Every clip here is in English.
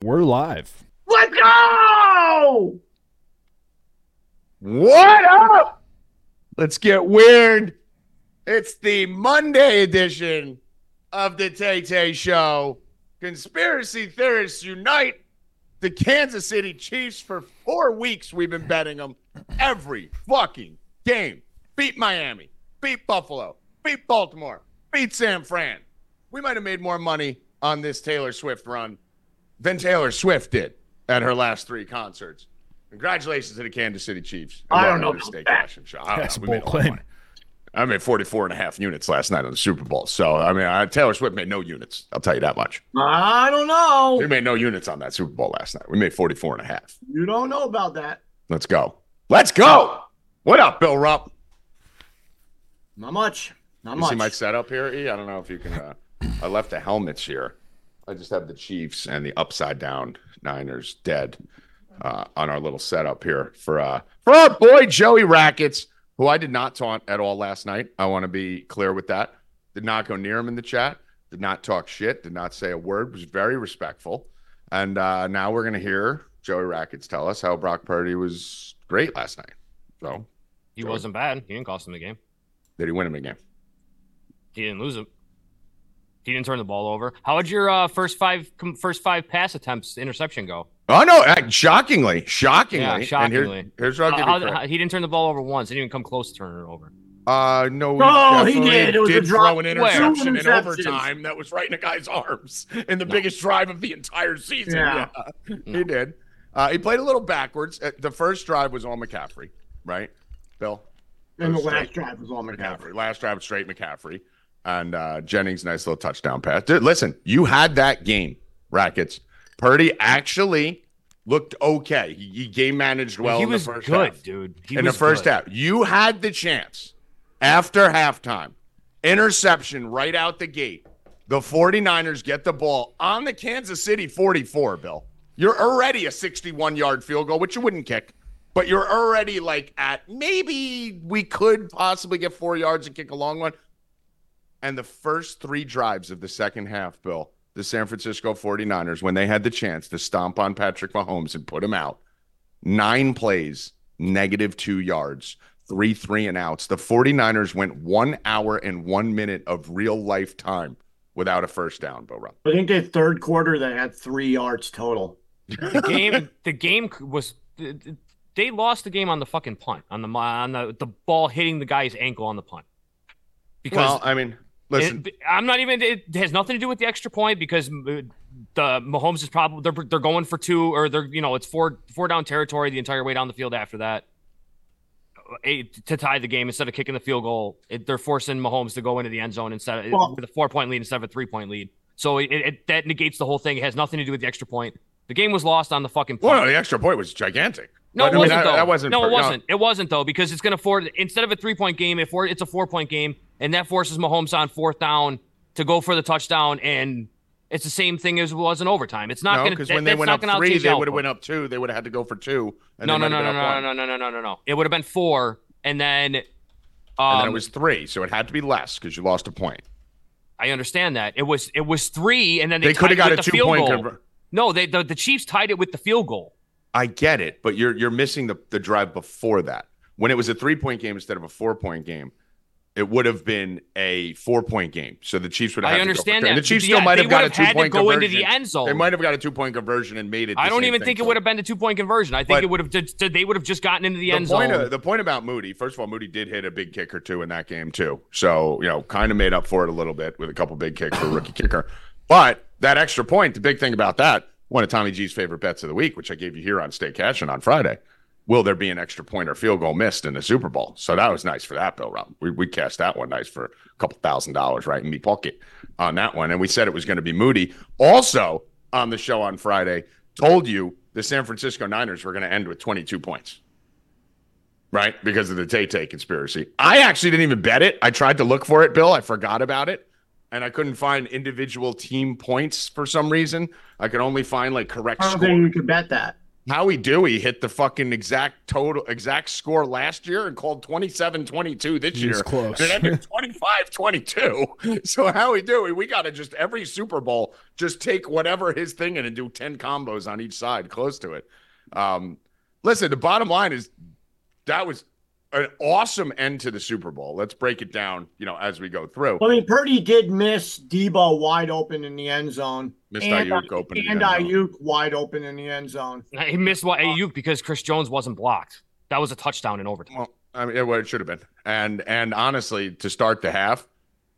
We're live. Let's go! What up? Let's get weird. It's the Monday edition of the Tay Tay Show. Conspiracy theorists unite the Kansas City Chiefs for four weeks. We've been betting them every fucking game. Beat Miami, beat Buffalo, beat Baltimore, beat San Fran. We might have made more money on this Taylor Swift run than Taylor Swift did at her last three concerts. Congratulations to the Kansas City Chiefs. I don't know Welcome to about Steak that. Action Show. I don't That's a know. Uh, We bold made lot of claim. money. I made 44 and a half units last night on the Super Bowl. So, I mean, I, Taylor Swift made no units. I'll tell you that much. I don't know. We made no units on that Super Bowl last night. We made 44 and a half. You don't know about that. Let's go. Let's go. What up, Bill Rupp? Not much. Not You much. see my setup here? E? I don't know if you can. Uh, I left the helmets here. I just have the Chiefs and the upside down Niners dead uh, on our little setup here for uh, for our boy Joey Rackets, who I did not taunt at all last night. I want to be clear with that. Did not go near him in the chat. Did not talk shit. Did not say a word. Was very respectful. And uh, now we're gonna hear Joey Rackets tell us how Brock Purdy was great last night. So He Jordan. wasn't bad. He didn't cost him the game. did he win him again? He didn't lose him. He didn't turn the ball over. How would your uh, first five com- first five pass attempts interception go? Oh no! uh, Shockingly, shockingly, Yeah, And here- shockingly. here's what I'll How- give how- you. credit. how- he didn't turn the ball over once. He didn't even come close to turning it over. Uh, no, he, No, Oh, he definitely did. It was a drop- throw an Where? interception in Two interceptions. overtime that was right in a guy's arms in the No. biggest drive of the entire season. Yeah. Yeah, No. he did. Uh, he played a little backwards. Uh, The first drive was on McCaffrey, right? Bill and the Straight. last drive was all McCaffrey. McCaffrey. Last drive was straight McCaffrey and uh, Jennings, nice little touchdown pass. Dude, listen, you had that game, Rackets. Purdy actually looked okay. He, he game managed well. he in was the first good, half dude. He in the was first good. half. You had the chance after halftime, interception right out the gate. The 49ers get the ball on the Kansas City 44, Bill. You're already a 61 yard field goal, which you wouldn't kick, but you're already like at maybe we could possibly get four yards and kick a long one. And the first three drives of the second half, Bill, the San Francisco 49ers, when they had the chance to stomp on Patrick Mahomes and put him out, nine plays, negative two yards, three three and outs. The 49ers went one hour and one minute of real life time without a first down, Bill Rupp. I think the third quarter they had three yards total. The game, the game c- was. th- th- They lost the game on the fucking punt on the mi- on the, the ball hitting the guy's ankle on the punt. Because Well, I mean, listen, It- I'm not even. It has nothing to do with the extra point because uh, the Mahomes is probably they're they're going for two or they're you know it's four four down territory the entire way down the field after that. Uh, Eight, to tie the game instead of kicking the field goal, it, they're forcing Mahomes to go into the end zone instead of Well- with a four point lead instead of a three point lead. So it, it, that negates the whole thing. It has nothing to do with the extra point. The game was lost on the fucking. well, punt. no, the extra point was gigantic. No, But, it I mean, wasn't that- though. that wasn't no, per- it no. wasn't. It wasn't though because it's going to force instead of a three point game, if it's a four point game, and that forces Mahomes on fourth down to go for the touchdown, and it's the same thing as it was in overtime. It's not no, going because that, when they that's went not up gonna three, change the they would have outcome. went up two. They would have had to go for two. And No, they might no, no, have no, been up no, one. no, no, no, no, no, no. It would have been four, and then, um, And then it was three, so it had to be less because you lost a point. I understand that it was it was three, and then They, they, could have got tied it a with the field two-point goal. conver- No, they the, the Chiefs tied it with the field goal. I get it, but you're you're missing the, the drive before that. When it was a three point game instead of a four point game, it would have been a four point game. So the Chiefs would have. had I to go for understand two. that. And the Chiefs Yeah, still might they have got a would two had to point go conversion. into the end zone. They might have got a two point conversion and made it. the I don't same even thing think it for would have been the two point conversion. I think But- it would have just they would have just gotten into the, the end point zone. of- the point about Moody, first of all, Moody did hit a big kick or two in that game too, so you know, kind of made up for it a little bit with a couple big kicks for a rookie kicker. But that extra point, the big thing about that, one of Tommy G's favorite bets of the week, which I gave you here on State Cashin on Friday, will there be an extra point or field goal missed in the Super Bowl? So that was nice for that, Bill Rob. We we cast that one nice for a couple thousand dollars right in me pocket on that one, and we said it was going to be Moody. Also on the show on Friday, told you the San Francisco Niners were going to end with 22 points right? Because of the Tay Tay conspiracy. I actually didn't even bet it. I tried to look for it, Bill. I forgot about it. And I couldn't find individual team points for some reason. I could only find like correct I don't score. think you could bet that. Howie Dewey hit the fucking exact total exact score last year and called 27-22 this He year. was close. It ended 25-22. So Howie Dewey, we got to just every Super Bowl just take whatever his thing in and do 10 combos on each side close to it. Um listen, the bottom line is that was an awesome end to the Super Bowl. Let's break it down, you know, as we go through. I mean, Purdy did miss Debo wide open in the end zone, Missed and uh, Ayuk opening. and the end zone. Ayuk wide open in the end zone. He missed what Uh, Ayuk because Chris Jones wasn't blocked. That was a touchdown in overtime. Well, I mean, it, well, it should have been. And and honestly, to start the half,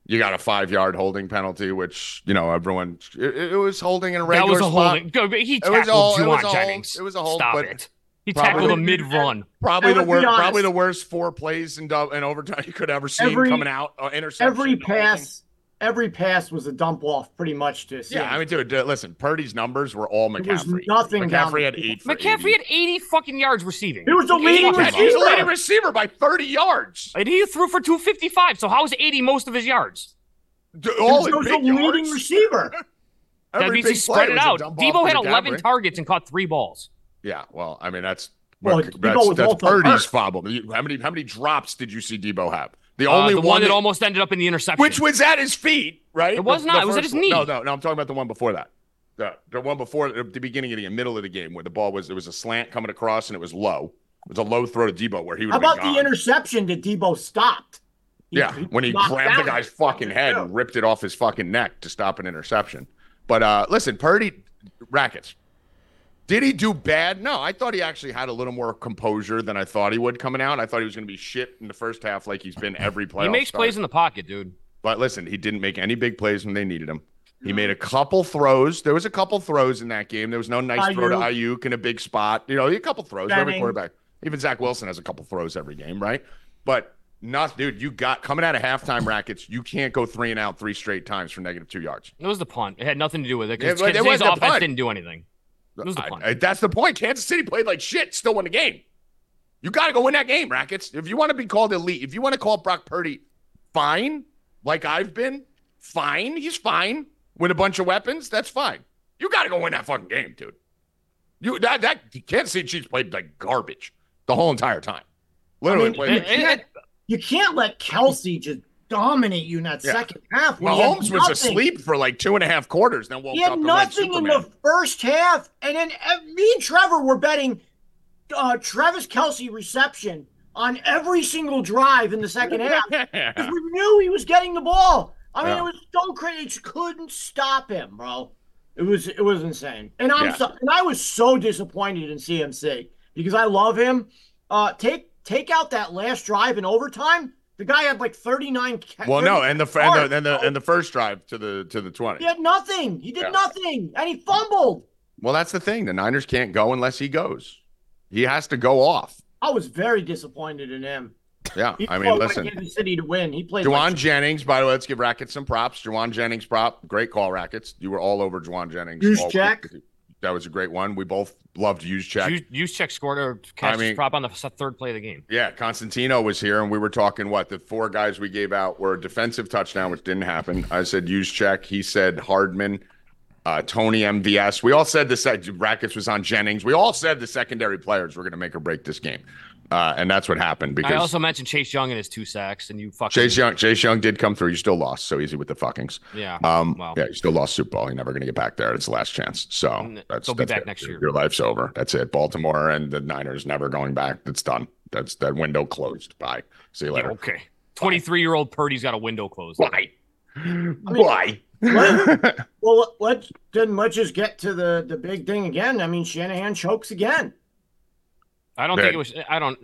you got a five yard holding penalty, which you know everyone it, it was holding in a That regular was a spot. holding. Go- He It was tackled a hold- it was a Juwan hold- Jennings. it was a hold, Stop but it. He probably- tackled a mid run. Probably And the let's be worst. honest. Probably the worst four plays in dou- in overtime you could ever see Every- coming out. Uh, interception. Every holding. pass, every pass was a dump off, pretty much. To Yeah, I mean, dude, dude, listen. Purdy's numbers were all It was McCaffrey. nothing down McCaffrey the had field. eight. For McCaffrey 80. had 80 fucking yards receiving. He was the Like, leading 80 yards. receiver. He's the leading receiver by thirty yards. And he threw for 255. So how is 80 most of his yards? Dude, He all was in the big leading yards. receiver. That Every means he big play spread it was a out. dump off Debo to had 11 McCaffrey. targets and caught three balls. Yeah, well, I mean that's Well, that's, Debo that's, was that's also Purdy's hurt. problem. You- How many how many drops did you see Debo have? The Uh, only the one, that, that- almost ended up in the interception. which was at his feet, right? It was The- not. the It was at first his one. knee. No, no, no. I'm talking about the one before that. The the one before the beginning of the middle of the game where the ball was it was a slant coming across and it was low. It was a low throw to Debo where he would How have been about gone. the interception that Debo stopped? He- Yeah, when he knocked grabbed the down. guy's fucking head and ripped it off his fucking neck to stop an interception. But uh, listen, Purdy, Rackets, did he do bad? No, I thought he actually had a little more composure than I thought he would coming out. I thought he was going to be shit in the first half, like he's been every playoff. he makes start. plays in the pocket, dude. But listen, he didn't make any big plays when they needed him. He made a couple throws. There was a couple throws in that game. There was no nice throw to Ayuk in a big spot. You know, a couple throws. Every Jennings. quarterback, even Zach Wilson, has a couple throws every game, right? But not, dude. You got coming out of halftime rackets. You can't go three and out three straight times for negative two yards. It was the punt. It had nothing to do with it Yeah, because but it was his the offense punt. didn't do anything. It was the I- punt. I- that's the point. Kansas City played like shit, still won the game. You got to go win that game, Rackets. If you want to be called elite, if you want to call Brock Purdy fine, like I've been, fine. He's fine. Win a bunch of weapons, that's fine. You got to go win that fucking game, dude. You that that Kansas City Chiefs played like garbage the whole entire time. Literally mean, played. It- like Wait, it- can't- You can't let Kelsey just dominate you in that Yeah. second half. when he had Mahomes was nothing. asleep for like two and a half quarters, then woke He up had and like nothing in Superman. the first half, and then ev- me and Trevor were betting uh, Travis Kelsey reception on every single drive in the second half because we knew he was getting the ball. I mean, Yeah. it was so crazy; just couldn't stop him, bro. It was it was insane, and I'm Yeah. so, and I was so disappointed in CMC because I love him. Uh, take take out that last drive in overtime. The guy had like 39. ca- Well, no, and the and the and the, yards, bro. and the first drive to the to the twenty. he had nothing. He did Yeah. nothing, and he fumbled. Well, that's the thing. The Niners can't go unless he goes. He has to go off. I was very disappointed in him. Yeah. He I mean, fought like listen. Kansas City to win. He played. Juwan like- Jennings, by the way, let's give Rackets some props. Juwan Jennings prop. Great call, Rackets. You were all over Juwan Jennings. Use all- check. That was a great one. We both loved use check. Juszczyk scored or catch mean- prop on the s- third play of the game. Yeah, Constantino was here, and we were talking what the four guys we gave out were a defensive touchdown, which didn't happen. I said use check. He said Hardman, uh, Tony MVS. We all said the sec- Rackets was on Jennings. We all said the secondary players were going to make or break this game, uh, and that's what happened I because also mentioned Chase Young and his two sacks, and you fucking Chase Young, Chase Young did come through. You still lost, so easy with the fuckings. yeah. Um, Wow. yeah, you still lost Super Bowl. You're never going to get back there. It's the last chance. So N- that's, they'll be that's back it. next year. Your life's over. That's it. Baltimore and the Niners never going back. That's done. That's that window closed. Bye. See you Yeah, later. okay. 23 year old Purdy's got a window closed. Why? Why? What? Well, let's then let's just get to the the big thing again. I mean, Shanahan chokes again. I don't Man. think it was. I don't.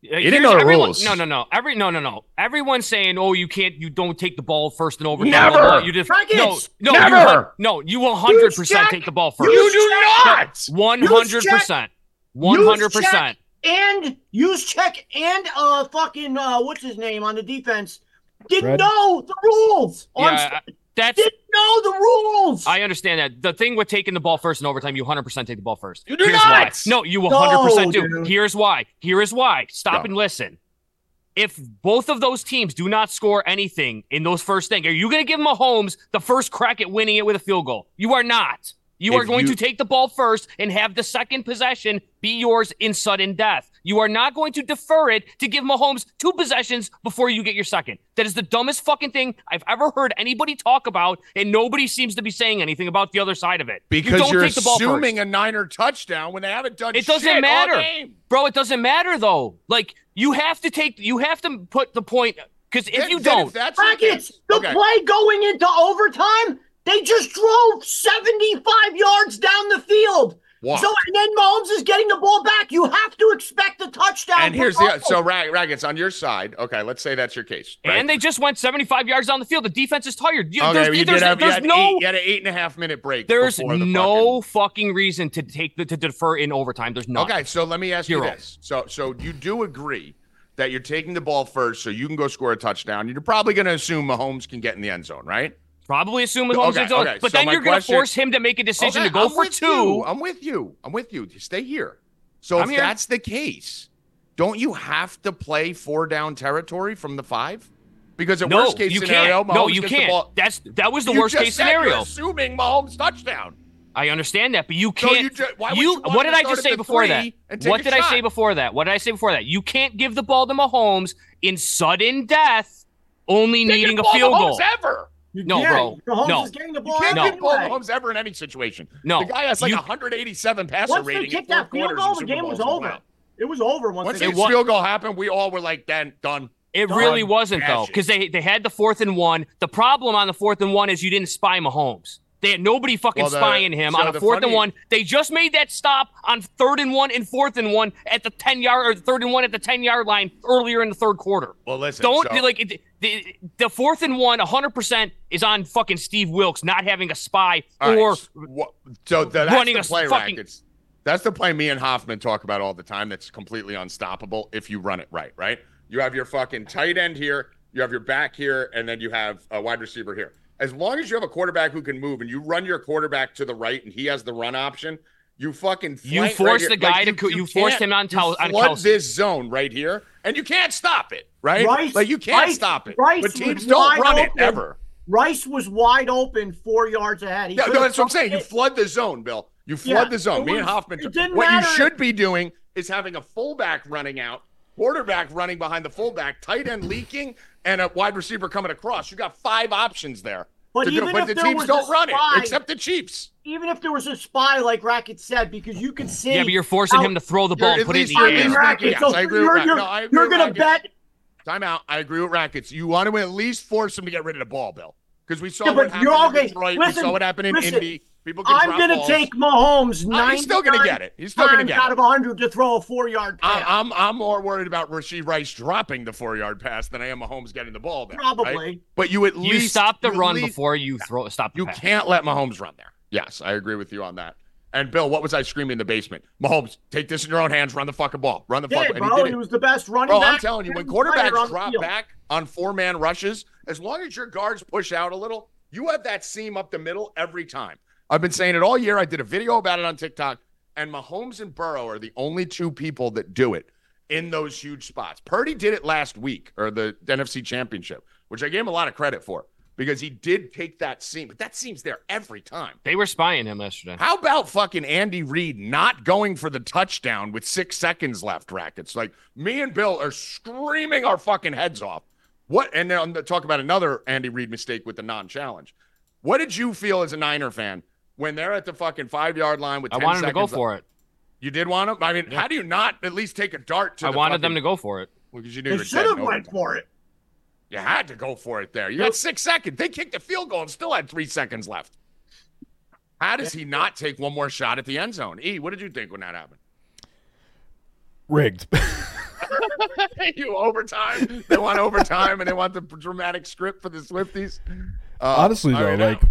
You didn't know the rules. No, no, no. Every no, no, no. Everyone's saying, "Oh, you can't. You don't take the ball first and over." Never. You just no, Nuggets. no, Never. You, hun- no, you will hundred percent check. take the ball you first. do not. One hundred percent. One hundred percent. And use check and uh fucking uh what's his name on the defense didn't Fred? know the rules. On, Yeah, I- that's. didn't know the rules. I understand that. The thing with taking the ball first in overtime, you 100% take the ball first. You do Here's not. why. No, you 100% No, do. dude. Here's why. Here is why. Stop No. and listen. If both of those teams do not score anything in those first things, are you going to give Mahomes the first crack at winning it with a field goal? You are not. You If are going you- to take the ball first and have the second possession be yours in sudden death. You are not going to defer it to give Mahomes two possessions before you get your second. That is the dumbest fucking thing I've ever heard anybody talk about, and nobody seems to be saying anything about the other side of it. you because don't you are take the ball first. assuming a Niner touchdown when they haven't done. It doesn't shit all matter. game. Bro, it doesn't matter though. Like you have to take, you have to put the point because if Then- you then don't, if that's the Brackets, case- the okay. play going into overtime, they just drove 75 yards down the field. Walk. So, and then Mahomes is getting the ball back. You have to expect a touchdown. and from here's the Mahomes. so Rag, Rackets on your side. Okay, let's say that's your case. right? and they just went 75 yards down the field, the defense is tired. You, okay, there's e, well, you there's, did have you there's had no. eight, you had an eight and a half minute break. There's before the no fucking... reason to take the, to defer in overtime. There's fucking- not. Okay, so let me ask you Zero. this. So so you do agree that you're taking the ball first, so you can go score a touchdown. You're probably going to assume Mahomes can get in the end zone, right? Probably assume Mahomes Okay, is on, okay, but so then my you're going to question- force him to make a decision Okay, to go I'm for with two. you. I'm with you. I'm with you. Stay here. So I'm if here. that's the case, don't you have to play four down territory from the five? Because at no, worst case you scenario, can't. no, Mahomes you gets can't. The ball. That's that was the You worst just case said you're scenario. assuming Mahomes touchdown. I understand that, but you So can't. you ju- why would you- you want what him did to I start just at say the before three that? and take What a did I shot? say before that? What did I say before that? You can't give the ball to Mahomes in sudden death, only They needing get a ball field Mahomes goal. ever. You no, can't. bro. Mahomes No. is getting the You ball. can't No. get ball anyway. Mahomes ever in any situation. No, the guy has like You- 187 passer Once they rating. in kicked four that field quarters in goal, the Super game was Bowls and over. whatnot. It was over once, Once they the It wa- field goal happened, we all were like, "Then done." It Done. really wasn't Dash though, it. because they they had the fourth and one. The problem on the fourth and one is you didn't spy Mahomes. They had nobody fucking Well, the- spying him so on a the fourth and funny- one. They just made that stop on third and one and fourth and one at the ten yard or third and one at the ten yard line earlier in the third quarter. Well, listen. Don't so- be like it- the, the fourth and one, hundred percent is on fucking Steve Wilkes not having a spy All right, or s- wha- so the, that's running the a play fucking- rackets. That's the play me and Hoffman talk about all the time. That's completely unstoppable if you run it right. Right? You have your fucking tight end here, you have your back here, and then you have a wide receiver here. As long as you have a quarterback who can move and you run your quarterback to the right and he has the run option, you fucking You flank force right the here. guy to co- you force can't- him on you Kel- on flood Kelsey. this zone right here, and you can't stop it. Right? Rice- like you can't Rice- stop it. Rice but teams was don't wide run it open. ever. Rice was wide open four yards ahead. He Yeah, no, could've that's what I'm saying. You thrown it. flood the zone, Bill. You flood Yeah, the zone. it Me and was- Hoffman. it didn't what you matter. should be doing is having a fullback running out, quarterback running behind the fullback, tight end leaking, and a wide receiver coming across. You got five options there. But to do, even but if the there teams was a don't run spy- it, except the Chiefs. even if there was a spy, like Racket said, because you could see. yeah, but you're forcing out- him to throw the ball You're and at put it least in the I you're- air. mean, Racket, Yes, so I agree with you're, Racket. you're, No, I agree you're with gonna Racket. bet. Time out. I agree with Rackets. You want to at least force them to get rid of the ball, Bill, because we saw Yeah, what but you're happened in okay. Detroit. we Listen, saw what happened in listen. Indy. People can I'm drop gonna balls. take Mahomes Uh, nine. he's still going to get it. He's still going to get times it. Uh, out of 100 to throw a four-yard pass. I, I'm I'm more worried about Rasheed Rice dropping the four yard pass than I am Mahomes getting the ball there. right? probably. But you at You least stop the you at run least- before you throw stop the You pass. can't let Mahomes run there. Yes, I agree with you on that. And Bill, what was I screaming in the basement? Mahomes, take this in your own hands. Run the fucking ball. Run the Did, fucking. bro. and he He did it. was the best running Bro, back. I'm telling you, when player on quarterbacks the drop field. back on four man rushes, as long as your guards push out a little, you have that seam up the middle every time. I've been saying it all year. I did a video about it on TikTok, and Mahomes and Burrow are the only two people that do it in those huge spots. Purdy did it last week or the NFC Championship, which I gave him a lot of credit for because he did take that seam, but that seam's there every time. They were spying him yesterday. How about fucking Andy Reid not going for the touchdown with six seconds left, Rackets? Like, me and Bill are screaming our fucking heads off. What? And then I'm gonna talk about another Andy Reid mistake with the non challenge. What did you feel as a Niner fan when they're at the fucking five yard line with I 10 wanted to seconds go left? for it. You did want them? I mean, Yeah. how do you not at least take a dart to I the wanted them fucking- to go for it. Well, 'cause you knew you They were should dead have in went overtime. for it. You had to go for it there. You Nope. had six seconds. They kicked a field goal and still had three seconds left. How does he not take one more shot at the end zone? E, what did you think when that happened? Rigged. you overtime. They want overtime and they want the dramatic script for the Swifties. Uh, Honestly, I though, mean, like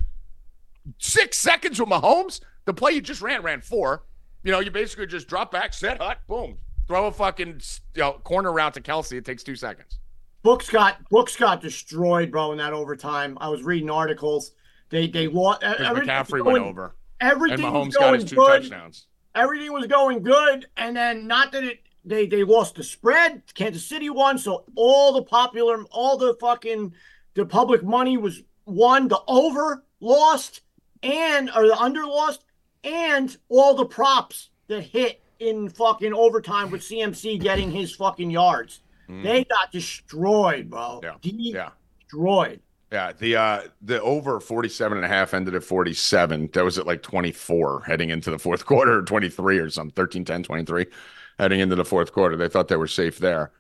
six seconds with Mahomes. The play you just ran ran four. You know, you basically just drop back, set hut, boom, throw a fucking you know, corner route to Kelsey. It takes two seconds. Books got books got destroyed, bro, in that overtime. I was reading articles. They they lost. Because everything was McCaffrey going- went over and Everything Mahomes was got going his two good. touchdowns. Everything was going good, and then not that it. They they lost the spread. Kansas City won, so all the popular, all the fucking, the public money was won. The over lost, and or the under lost, and all the props that hit in fucking overtime with CMC getting his fucking yards. They got destroyed, bro. Hmm. Yeah. Yeah. Destroyed. Yeah, the uh the over 47 and a half ended at 47. That was at like 24 heading into the fourth quarter or 23 or something. 13 10 23 heading into the fourth quarter. They thought they were safe there.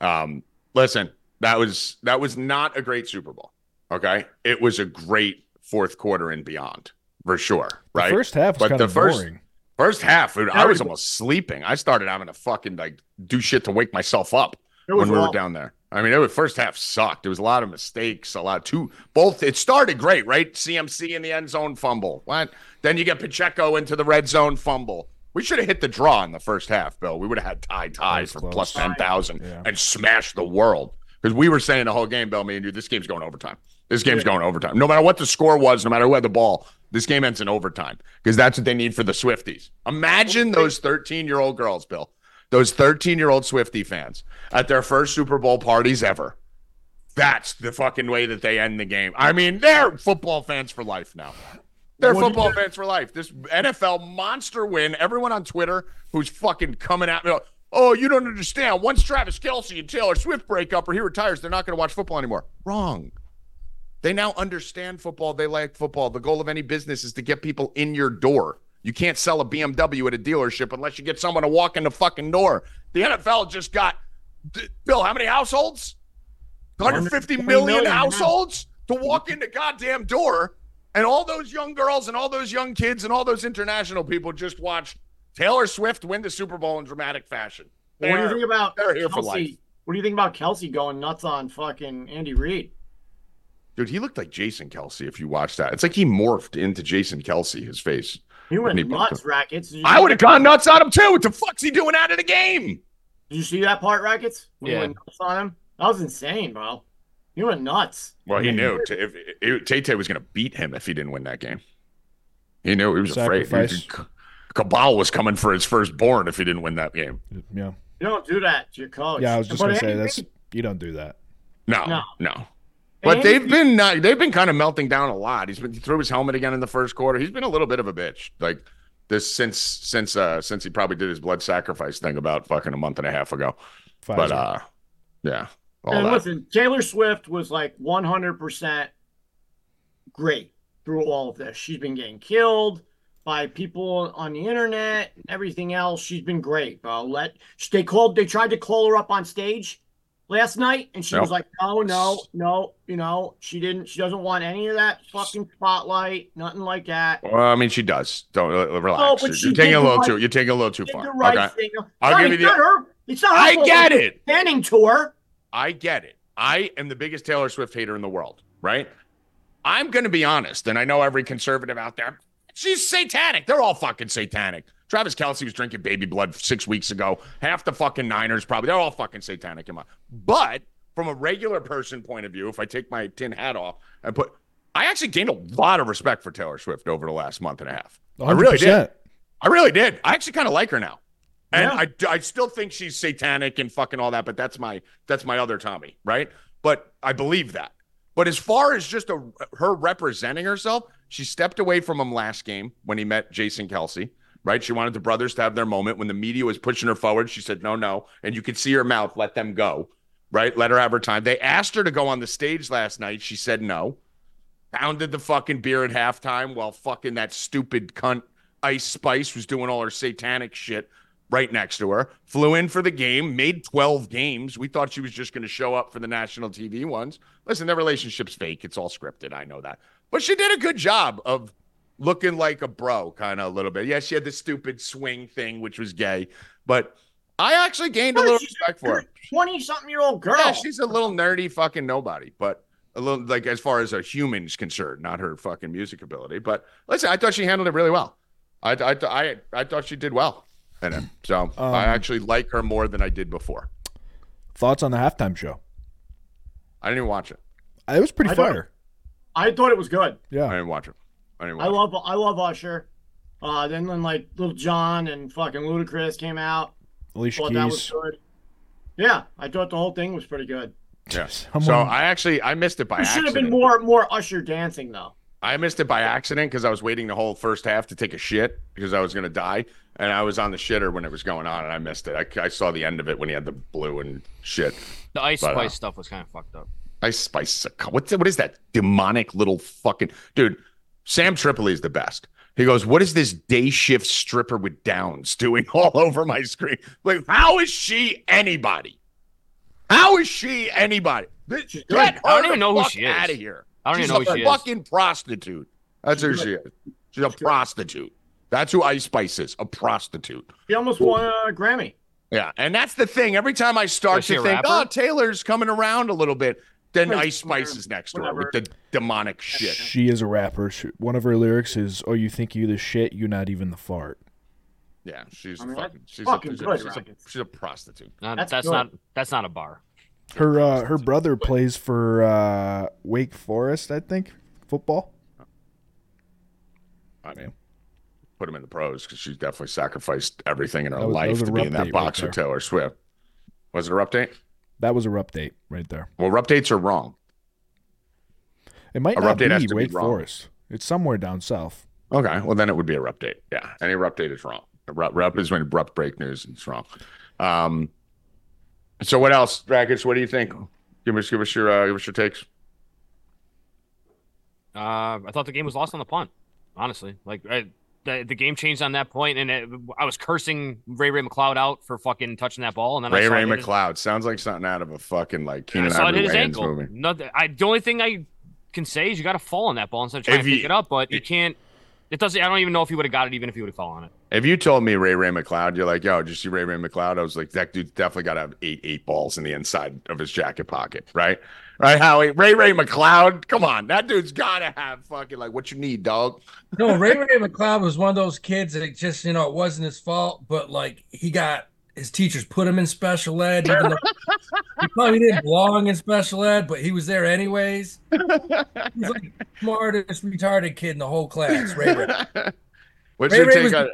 Um listen, that was that was not a great Super Bowl. Okay? It was a great fourth quarter and beyond for sure, right? The first half was But kind the of first- boring. First half, dude, I was Terrible. almost sleeping. I started having to fucking like do shit to wake myself up It was when we were awful. down there. I mean, it was first half sucked. There was a lot of mistakes, a lot of two both. It started great, right? CMC in the end zone fumble. What? Then you get Pacheco into the red zone fumble. We should have hit the draw in the first half, Bill. We would have had tie was ties for close. plus ten thousand Yeah. and smashed the world. Because we were saying the whole game, Bill, me and you, this game's going overtime. This game's going overtime. No matter what the score was, no matter who had the ball, this game ends in overtime because that's what they need for the Swifties. Imagine those 13 year old girls, Bill, those 13 year old Swifty fans at their first Super Bowl parties ever. That's the fucking way that they end the game. I mean, they're football fans for life now. They're What do football fans for life. This NFL monster win. Everyone on Twitter who's fucking coming at me. like, Oh, you don't understand. Once Travis Kelsey and Taylor Swift break up or he retires, they're not going to watch football anymore. Wrong. They now understand football. They like football. The goal of any business is to get people in your door. You can't sell a BMW at a dealership unless you get someone to walk in the fucking door. The NFL just got, D- Bill, how many households? 150 million, million, yeah. households to walk in the goddamn door. And all those young girls and all those young kids and all those international people just watched Taylor Swift win the Super Bowl in dramatic fashion. what do you They're- think about they're here for life. Kelsey? What do you think about Kelsey going nuts on fucking Andy Reid? Dude, he looked like Jason Kelsey if you watch that. It's like he morphed into Jason Kelsey, his face. He went he bumped nuts, Rackets. Did you I see would have that- gone nuts on him too. What the fuck's he doing out of the game? Did you see that part, Rackets? When he Yeah. went nuts on him? That was insane, bro. He went nuts. Well, he knew T- if, if, Tay Tay was going to beat him if he didn't win that game. He knew he was afraid. He was- Cabal was coming for his firstborn if he didn't win that game. Yeah. You don't do that to your coach. Yeah, I was just But going to say Andy that's Reid- you don't do that. No, no. No. But Andy they've Reid- been uh, they've been kind of melting down a lot. He's been he threw his helmet again in the first quarter. He's been a little bit of a bitch like this since since uh since he probably did his blood sacrifice thing about fucking a month and a half ago. Pfizer. But uh, yeah, all and that. listen, Taylor Swift was like 100% great through all of this. She's been getting killed by people on the internet, and everything else. She's been great, bro. Let they called, they tried to call her up on stage last night, and she No. was like, "No, no, no, you know, she didn't. She doesn't want any of that fucking spotlight, nothing like that." Well, I mean, she does. Don't uh, relax. No, Oh, but she you're taking did a the little right- too. You're taking a little too Did far. the right okay? thing. Oh, I'll No, give you it's the- not her. It's not her I fault. get it. Standing to her. I get it. I am the biggest Taylor Swift hater in the world, right? I'm going to be honest, and I know every conservative out there, she's satanic. They're all fucking satanic. Travis Kelsey was drinking baby blood six weeks ago. Half the fucking Niners probably. They're all fucking satanic in my. But from a regular person point of view, if I take my tin hat off and put, I actually gained a lot of respect for Taylor Swift over the last month and a half. I really did. 100%. I really did. I actually kind of like her now, and Yeah. I d- I still think she's satanic and fucking all that. But that's my that's my other Tommy, right? But I believe that. But as far as just a, her representing herself, she stepped away from him last game when he met Jason Kelsey, right? She wanted the brothers to have their moment. When the media was pushing her forward, she said, no, no. And you could see her mouth, let them go, right? Let her have her time. They asked her to go on the stage last night. She said no. Pounded the fucking beer at halftime while fucking that stupid cunt Ice Spice was doing all her satanic shit right next to her. Flew in for the game, made 12 games. We thought she was just going to show up for the national TV ones. Listen, their relationship's fake. It's all scripted. I know that. But she did a good job of looking like a bro, kind of a little bit. Yeah, she had the stupid swing thing, which was gay. But I actually gained a No, little she's respect for her. 20 something year old girl. Yeah, she's a little nerdy fucking nobody, but a little like as far as a human's concerned, not her fucking music ability. But listen, I thought she handled it really well. I I I, I thought she did well in it. So Um, I actually like her more than I did before. Thoughts on the halftime show? Uh, I didn't even watch it. It was pretty I don't- fire. I thought it was good. I Yeah. didn't watch it. I didn't watch I love I love Usher. Uh, then when like Little John and fucking Ludacris came out, Alicia thought that was Keys. good. Yeah, I thought the whole thing was pretty good. it. Yeah. Someone- So I actually I missed it by There should have accident. been more more Usher dancing though. I missed it by accident because I was waiting the whole first half to take a shit because I was going to die. And I was on the shitter when it was going on and I missed it. I, I saw the end of it when he had the blue and shit. The ice But, uh, spice stuff was kind of fucked up. I spice. What's what is that demonic little fucking dude? Sam Tripoli is the best. He goes, "What is this day shift stripper with downs doing all over my screen? Like, how is she anybody? How is she anybody? This- Get her I don't even know who she is. Out of here. I don't She's even know a who she is. fucking prostitute. That's who she is. She's a prostitute. That's who Ice Spice is. A prostitute. He almost won a Grammy. Yeah, and that's the thing. Every time I start Is she to a think, rapper? oh, Taylor's coming around a little bit, then Whatever, Ice Spice is next door whatever. with the demonic shit. She is a rapper. She, one of her lyrics is, "Oh, you think you the shit? You not even the fart." Yeah, she's I mean, fucking, that's she's, fucking a, she's, a, good she's, a, rapping. she's a prostitute. Not- That's that's good. not that's not a bar. Her uh, her brother plays for uh, Wake Forest, I think, football. I mean, put him in the pros because she's definitely sacrificed everything in her That was- that life was to her be in update that right box with there. Taylor Swift. Was it her update? That was her update right there. Well, her updates are wrong. It might Her not update has be to be Wake wrong. Forest. It's somewhere down south. Okay, well then it would be a rep date. Yeah, any rep date is wrong. A rep, rep is when abrupt break news and it's wrong. Um, so what else, Dragic? What do you think? Give us, give us your, uh, give us your takes. Uh, I thought the game was lost on the punt. Honestly, like I, the the game changed on that point, and it, I was cursing Ray Ray McLeod out for fucking touching that ball, and then I Ray saw Ray it hit his- McLeod sounds like something out of a fucking like and I Keenan saw it Ivory hit his Wayans ankle. movie. Nothing. I the only thing I can say is you got to fall on that ball instead of trying If to pick you- it up, but you can't. It doesn't. I don't even know if he would have got it even if he would have fallen on it. If you told me Ray Ray McLeod, you're like, yo, did you see Ray Ray McLeod? I was like, that dude's definitely got to have eight eight balls in the inside of his jacket pocket, right? Right, Howie? Ray Ray McLeod, come on, that dude's got to have fucking like what you need, dog. No, Ray Ray McLeod was one of those kids that it just, you know, it wasn't his fault, but like he got his teachers put him in special ed. Even though he probably didn't belong in special ed, but he was there anyways. He's like the smartest retarded kid in the whole class. Ray Ray. What's Ray your Ray take was- on?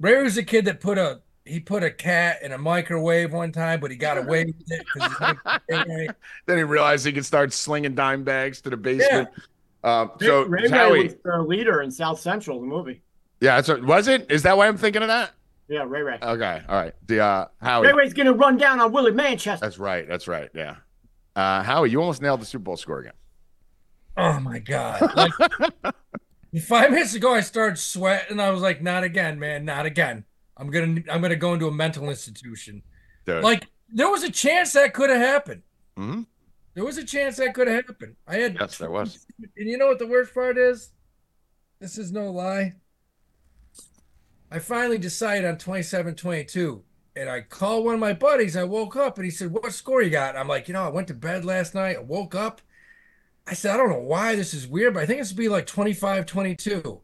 Ray was a kid that put a he put a cat in a microwave one time, but he got away with it 'cause his name was Ray Ray. Then he realized he could start slinging dime bags to the basement. Um, Ray, so Ray Howie, Ray was the leader in South Central, the movie. yeah, that's what, was it? Is that why I'm thinking of that? Yeah, Ray Ray. Okay, all right. The uh, Howie, Ray Ray's gonna run down on Willie Manchester. that's right, that's right. Yeah, uh, Howie, you almost nailed the Super Bowl score again. Oh my god. Like, five minutes ago I started sweating. I was like, not again, man, not again. I'm gonna I'm gonna go into a mental institution. Dude. Like there was a chance that could have happened. Mhm. There was a chance that could have happened. I had Yes, there was. And you know what the worst part is? This is no lie. I finally decided on 27 22. And I called one of my buddies. I woke up and he said, What score you got? I'm like, You know, I went to bed last night. I woke up. I said, I don't know why this is weird, but I think it's be like 25 22.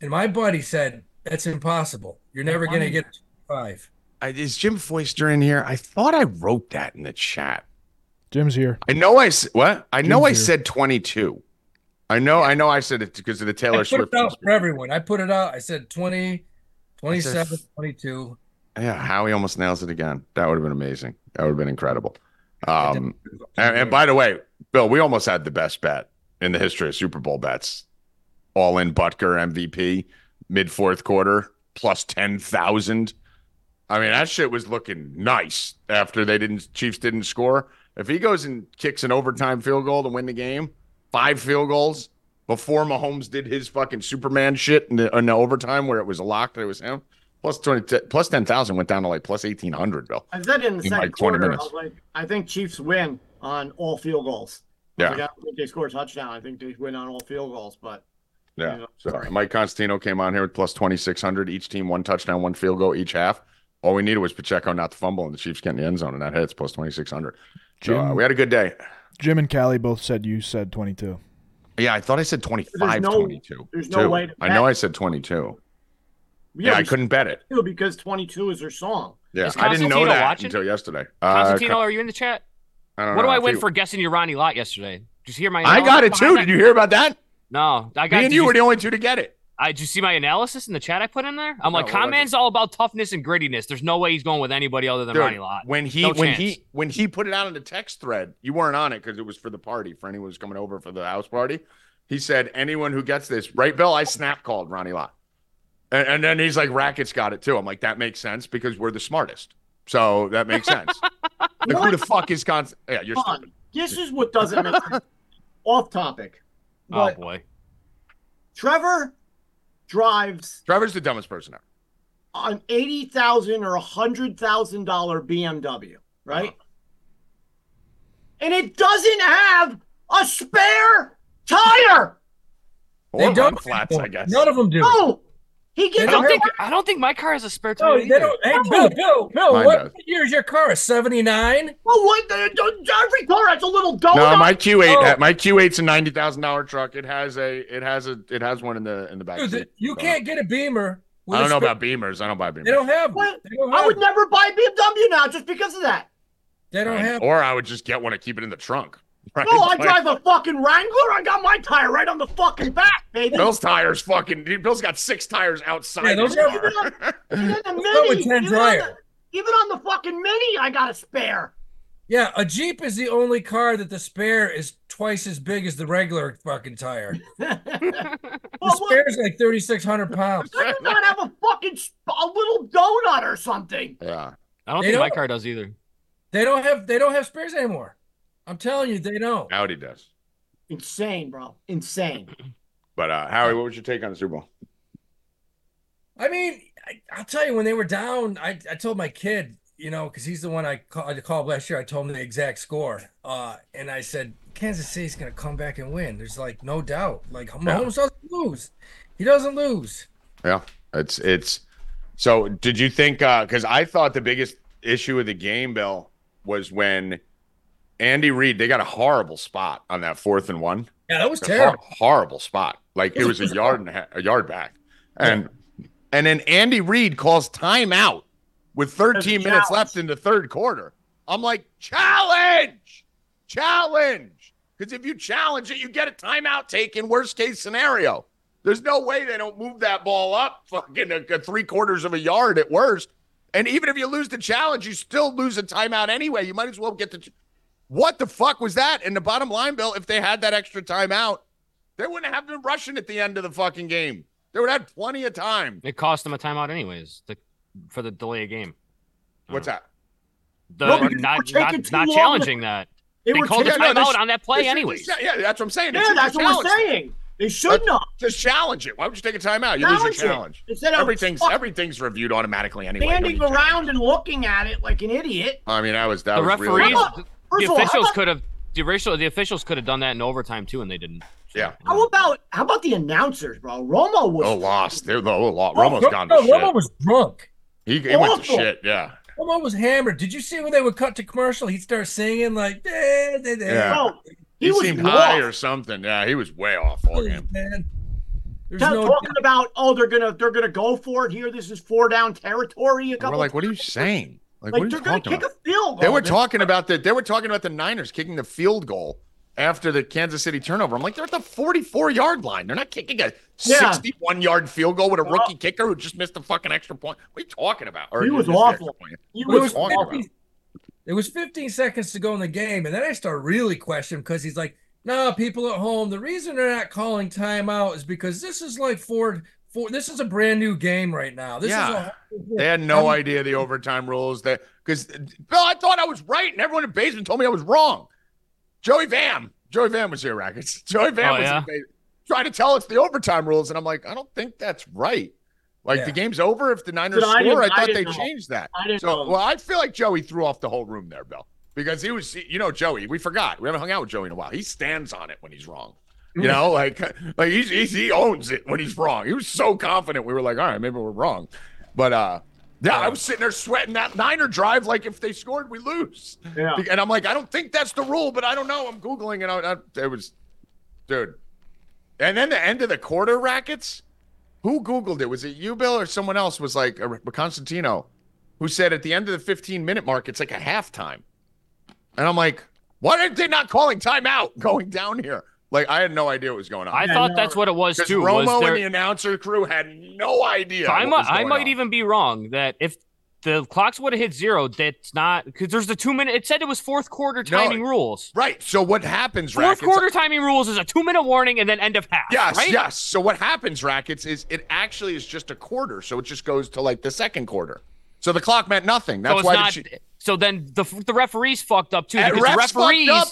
And my buddy said, That's impossible. You're never going to get a 25. I, is Jim Foister in here? I thought I wrote that in the chat. Jim's here. I know I s- what? I know I Jim's here. said 22. I know, I know, I said it because of the I Taylor put Swift. it out for everyone. I put it out. I said 20, said 27, 22. Yeah, Howie almost nails it again. That would have been amazing. That would have been incredible. Um, and, and by the way, Bill, we almost had the best bet in the history of Super Bowl bets. All in Butker MVP, mid fourth quarter, plus 10,000. I mean, that shit was looking nice after they didn't, Chiefs didn't score. If he goes and kicks an overtime field goal to win the game, five field goals before Mahomes did his fucking Superman shit in the, in the overtime where it was locked that it was him, plus 20, plus 10,000 went down to like plus 1,800, Bill. I said in the In second like 20 quarter, I minutes. was like, I think Chiefs win on all field goals. Yeah. Like, I don't think they score a touchdown. I think they win on all field goals, but Yeah. Yeah. So Mike Constantino came on here with plus 2,600. Each team, one touchdown, one field goal each half. All we needed was Pacheco not to fumble, and the Chiefs get in the end zone, and that hits plus 2,600. So, uh, Jim- we had a good day. Jim and Callie both said you said 22. Yeah, I thought I said 25, no- 22. there's no too. way to I know bet. I said 22. yeah, Yeah, I we couldn't bet it. should too, because 22 is their song. Yeah, Is I didn't know Constantino that watching? until yesterday. Constantino, are you in the chat? Uh, I don't What do know. I If win he- for guessing your Ronnie Lott yesterday? Did you hear my? I got it analysis too. behind Did you hear about that? that? No, I got. Me did and you were the only two to get it. I did you see my analysis in the chat I put in there? No, I'm like, what was Conman's all about toughness and grittiness. There's no way he's going with anybody other than Dude, Ronnie Lott. When he No when chance. he when he put it out in the text thread, you weren't on it because it was for the party for anyone who's coming over for the house party. He said, anyone who gets this, right, Bill? I snap called Ronnie Lott. And, and then he's like, Rackets got it too. I'm like, that makes sense because we're the smartest. So that makes sense. like, who the fuck is Const? Yeah, you're Come on. stupid. This is what doesn't make sense. Off topic. Oh But boy. Trevor drives Trevor's the dumbest person ever. an eighty thousand or a hundred thousand dollar BMW, right? Uh-huh. And it doesn't have a spare tire. Or They run don't flats, I guess. None of them do. No, Oh, he They I gets don't a don't think I don't think my car has a spare No, tire. they don't. Hey, Bill, Bill, Bill, Mine what does. year is your car? A 79? well, what? the- the- Every car has a little donut. No, my Q8, Oh. ha- my Q8's a ninety thousand dollar truck. It has a, it has a, it has one in the in the back. Dude, seat. you So- can't get a Beamer. with I don't a know spare- about Beamers. I don't buy Beamers. They don't have them. What? They don't I have would them. never buy BMW now just because of that. They don't Right. have or I would just get one and keep it in the trunk. Right? No, Oh, I Like, drive a fucking Wrangler. I got my tire right on the fucking back, baby. Bill's tires fucking dude, Bill's got six tires outside. Yeah, those his are- car. Even on the go mini, with Ken even on the, Dreyer. even on the fucking mini, I got a spare. Yeah, a Jeep is the only car that the spare is twice as big as the regular fucking tire. well, The what, spare is like 3,600 pounds. why do you not have a fucking sp- a little donut or something? yeah. I don't They think my don't. car does either. They don't have they don't have spares anymore. I'm telling you, they don't. Howdy does. Insane, bro. Insane. But uh Howie, what was your take on the Super Bowl? I mean, I, I'll tell you, when they were down, I, I told my kid, you know, because he's the one I, call, I called last year. I told him the exact score. Uh, and I said, Kansas City's going to come back and win. There's like no doubt. Like, Mahomes doesn't lose. He doesn't lose. Yeah. It's it's so did you think uh because I thought the biggest issue of the game, Bill, was when Andy Reid, they got a horrible spot on that fourth and one. Yeah, that was a hor- terrible. horrible spot. Like it was a yard and a, ha- a yard back, and and then Andy Reid calls timeout with 13 As a minutes challenge. left in the third quarter. I'm like challenge, challenge, because if you challenge it, you get a timeout taken. Worst case scenario, there's no way they don't move that ball up fucking a, a three quarters of a yard at worst. And even if you lose the challenge, you still lose a timeout anyway. You might as well get the. What the fuck was that? And the bottom line, Bill, if they had that extra timeout, they wouldn't have been rushing at the end of the fucking game. They would have had plenty of time. It cost them a timeout anyways to, for the delay of game. What's that? The, No, because they were not taking not, too not long. challenging that. They, They were called the taking- Yeah, no, timeout they sh- on that They play should anyways. just- Yeah, that's what I'm saying. They yeah, should that's just what challenge we're it. saying. They should That's- not Just challenge it. Why would you take a timeout? You challenge lose your challenge. it. Instead of Everything's fucking everything's reviewed automatically anyway. What do standing you challenge? around and looking at it like an idiot. I mean, that was that The was really- referees, How about- First the of all, how officials about, could have the original, the officials could have done that in overtime too, and they didn't. So, Yeah. you know. how about how about the announcers, bro? Romo was Oh, lost. They're the oh, lost. Romo- Romo's gone to Romo shit. was drunk. he, he went to awful. shit. Yeah. Romo was hammered. Did you see when they would cut to commercial? He'd start singing like, eh, eh, eh. Yeah. Bro, He, Oh, he, was seemed lost. high or something. Yeah, he was way off all Please, game. man. There's Ta- no talking about oh they're gonna they're gonna go for it here. This is four down territory. A And couple we're like, what are you saying? Like, Like, what are they're you gonna talking kick about? a field goal. They were They're- talking about the they were talking about the Niners kicking the field goal after the Kansas City turnover. I'm like, they're at the 44 yard line. They're not kicking a 61 yard field goal with a Yeah. rookie kicker who just missed a fucking extra point. What are you talking about? Or He was missed the extra awful. point. He Well, it was was talking about? 15 It was 15 seconds to go in the game, and then I start really questioning because he's like, "No, people at home. The reason they're not calling timeout is because this is like Ford. Ford this is a brand new game right now. This is Yeah. a They had no idea the overtime rules. That because Bill, I thought I was right, and everyone in basement told me I was wrong. Joey Vam, Joey Vam was here, Rackets. Joey Vam Oh, was yeah? in basement, trying to tell us the overtime rules, and I'm like, I don't think that's right. Like Yeah. the game's over if the Niners Dude, score. I, I didn't- I thought they didn't know. changed that. I didn't So, know. well, I feel like Joey threw off the whole room there, Bill, because he was, you know, Joey. We forgot we haven't hung out with Joey in a while. He stands on it when he's wrong. You Mm. know, like, like he's, he's he owns it when he's wrong. He was so confident. We were like, all right, maybe we're wrong, but uh, yeah, I was sitting there sweating that Niner drive. Like, if they scored, we lose. Yeah. And I'm like, I don't think that's the rule, but I don't know. I'm googling and I, I it was, dude. And then the end of the quarter, rackets. Who googled it? Was it you, Bill, or someone else? Was like uh, Constantino, who said at the end of the 15 minute mark, it's like a halftime. And I'm like, why are they not calling timeout going down here? Like, I had no idea what was going on. I Yeah, thought no. that's what it was Because too. Romo was there, and the announcer crew had no idea. I what might, was I going might on. even be wrong that if the clocks would have hit zero. That's not because there's the two minute. It said it was fourth quarter No, timing rules. Right. So what happens, Fourth Rackets? quarter timing rules is a two minute warning and then end of half. Yes, right? yes. So what happens, Rackets, is it actually is just a quarter. So it just goes to like the second quarter. So the clock meant nothing. So That's it's why not. the Chi- so then the the referees fucked up too. Uh, Because refs fucked the referees, up.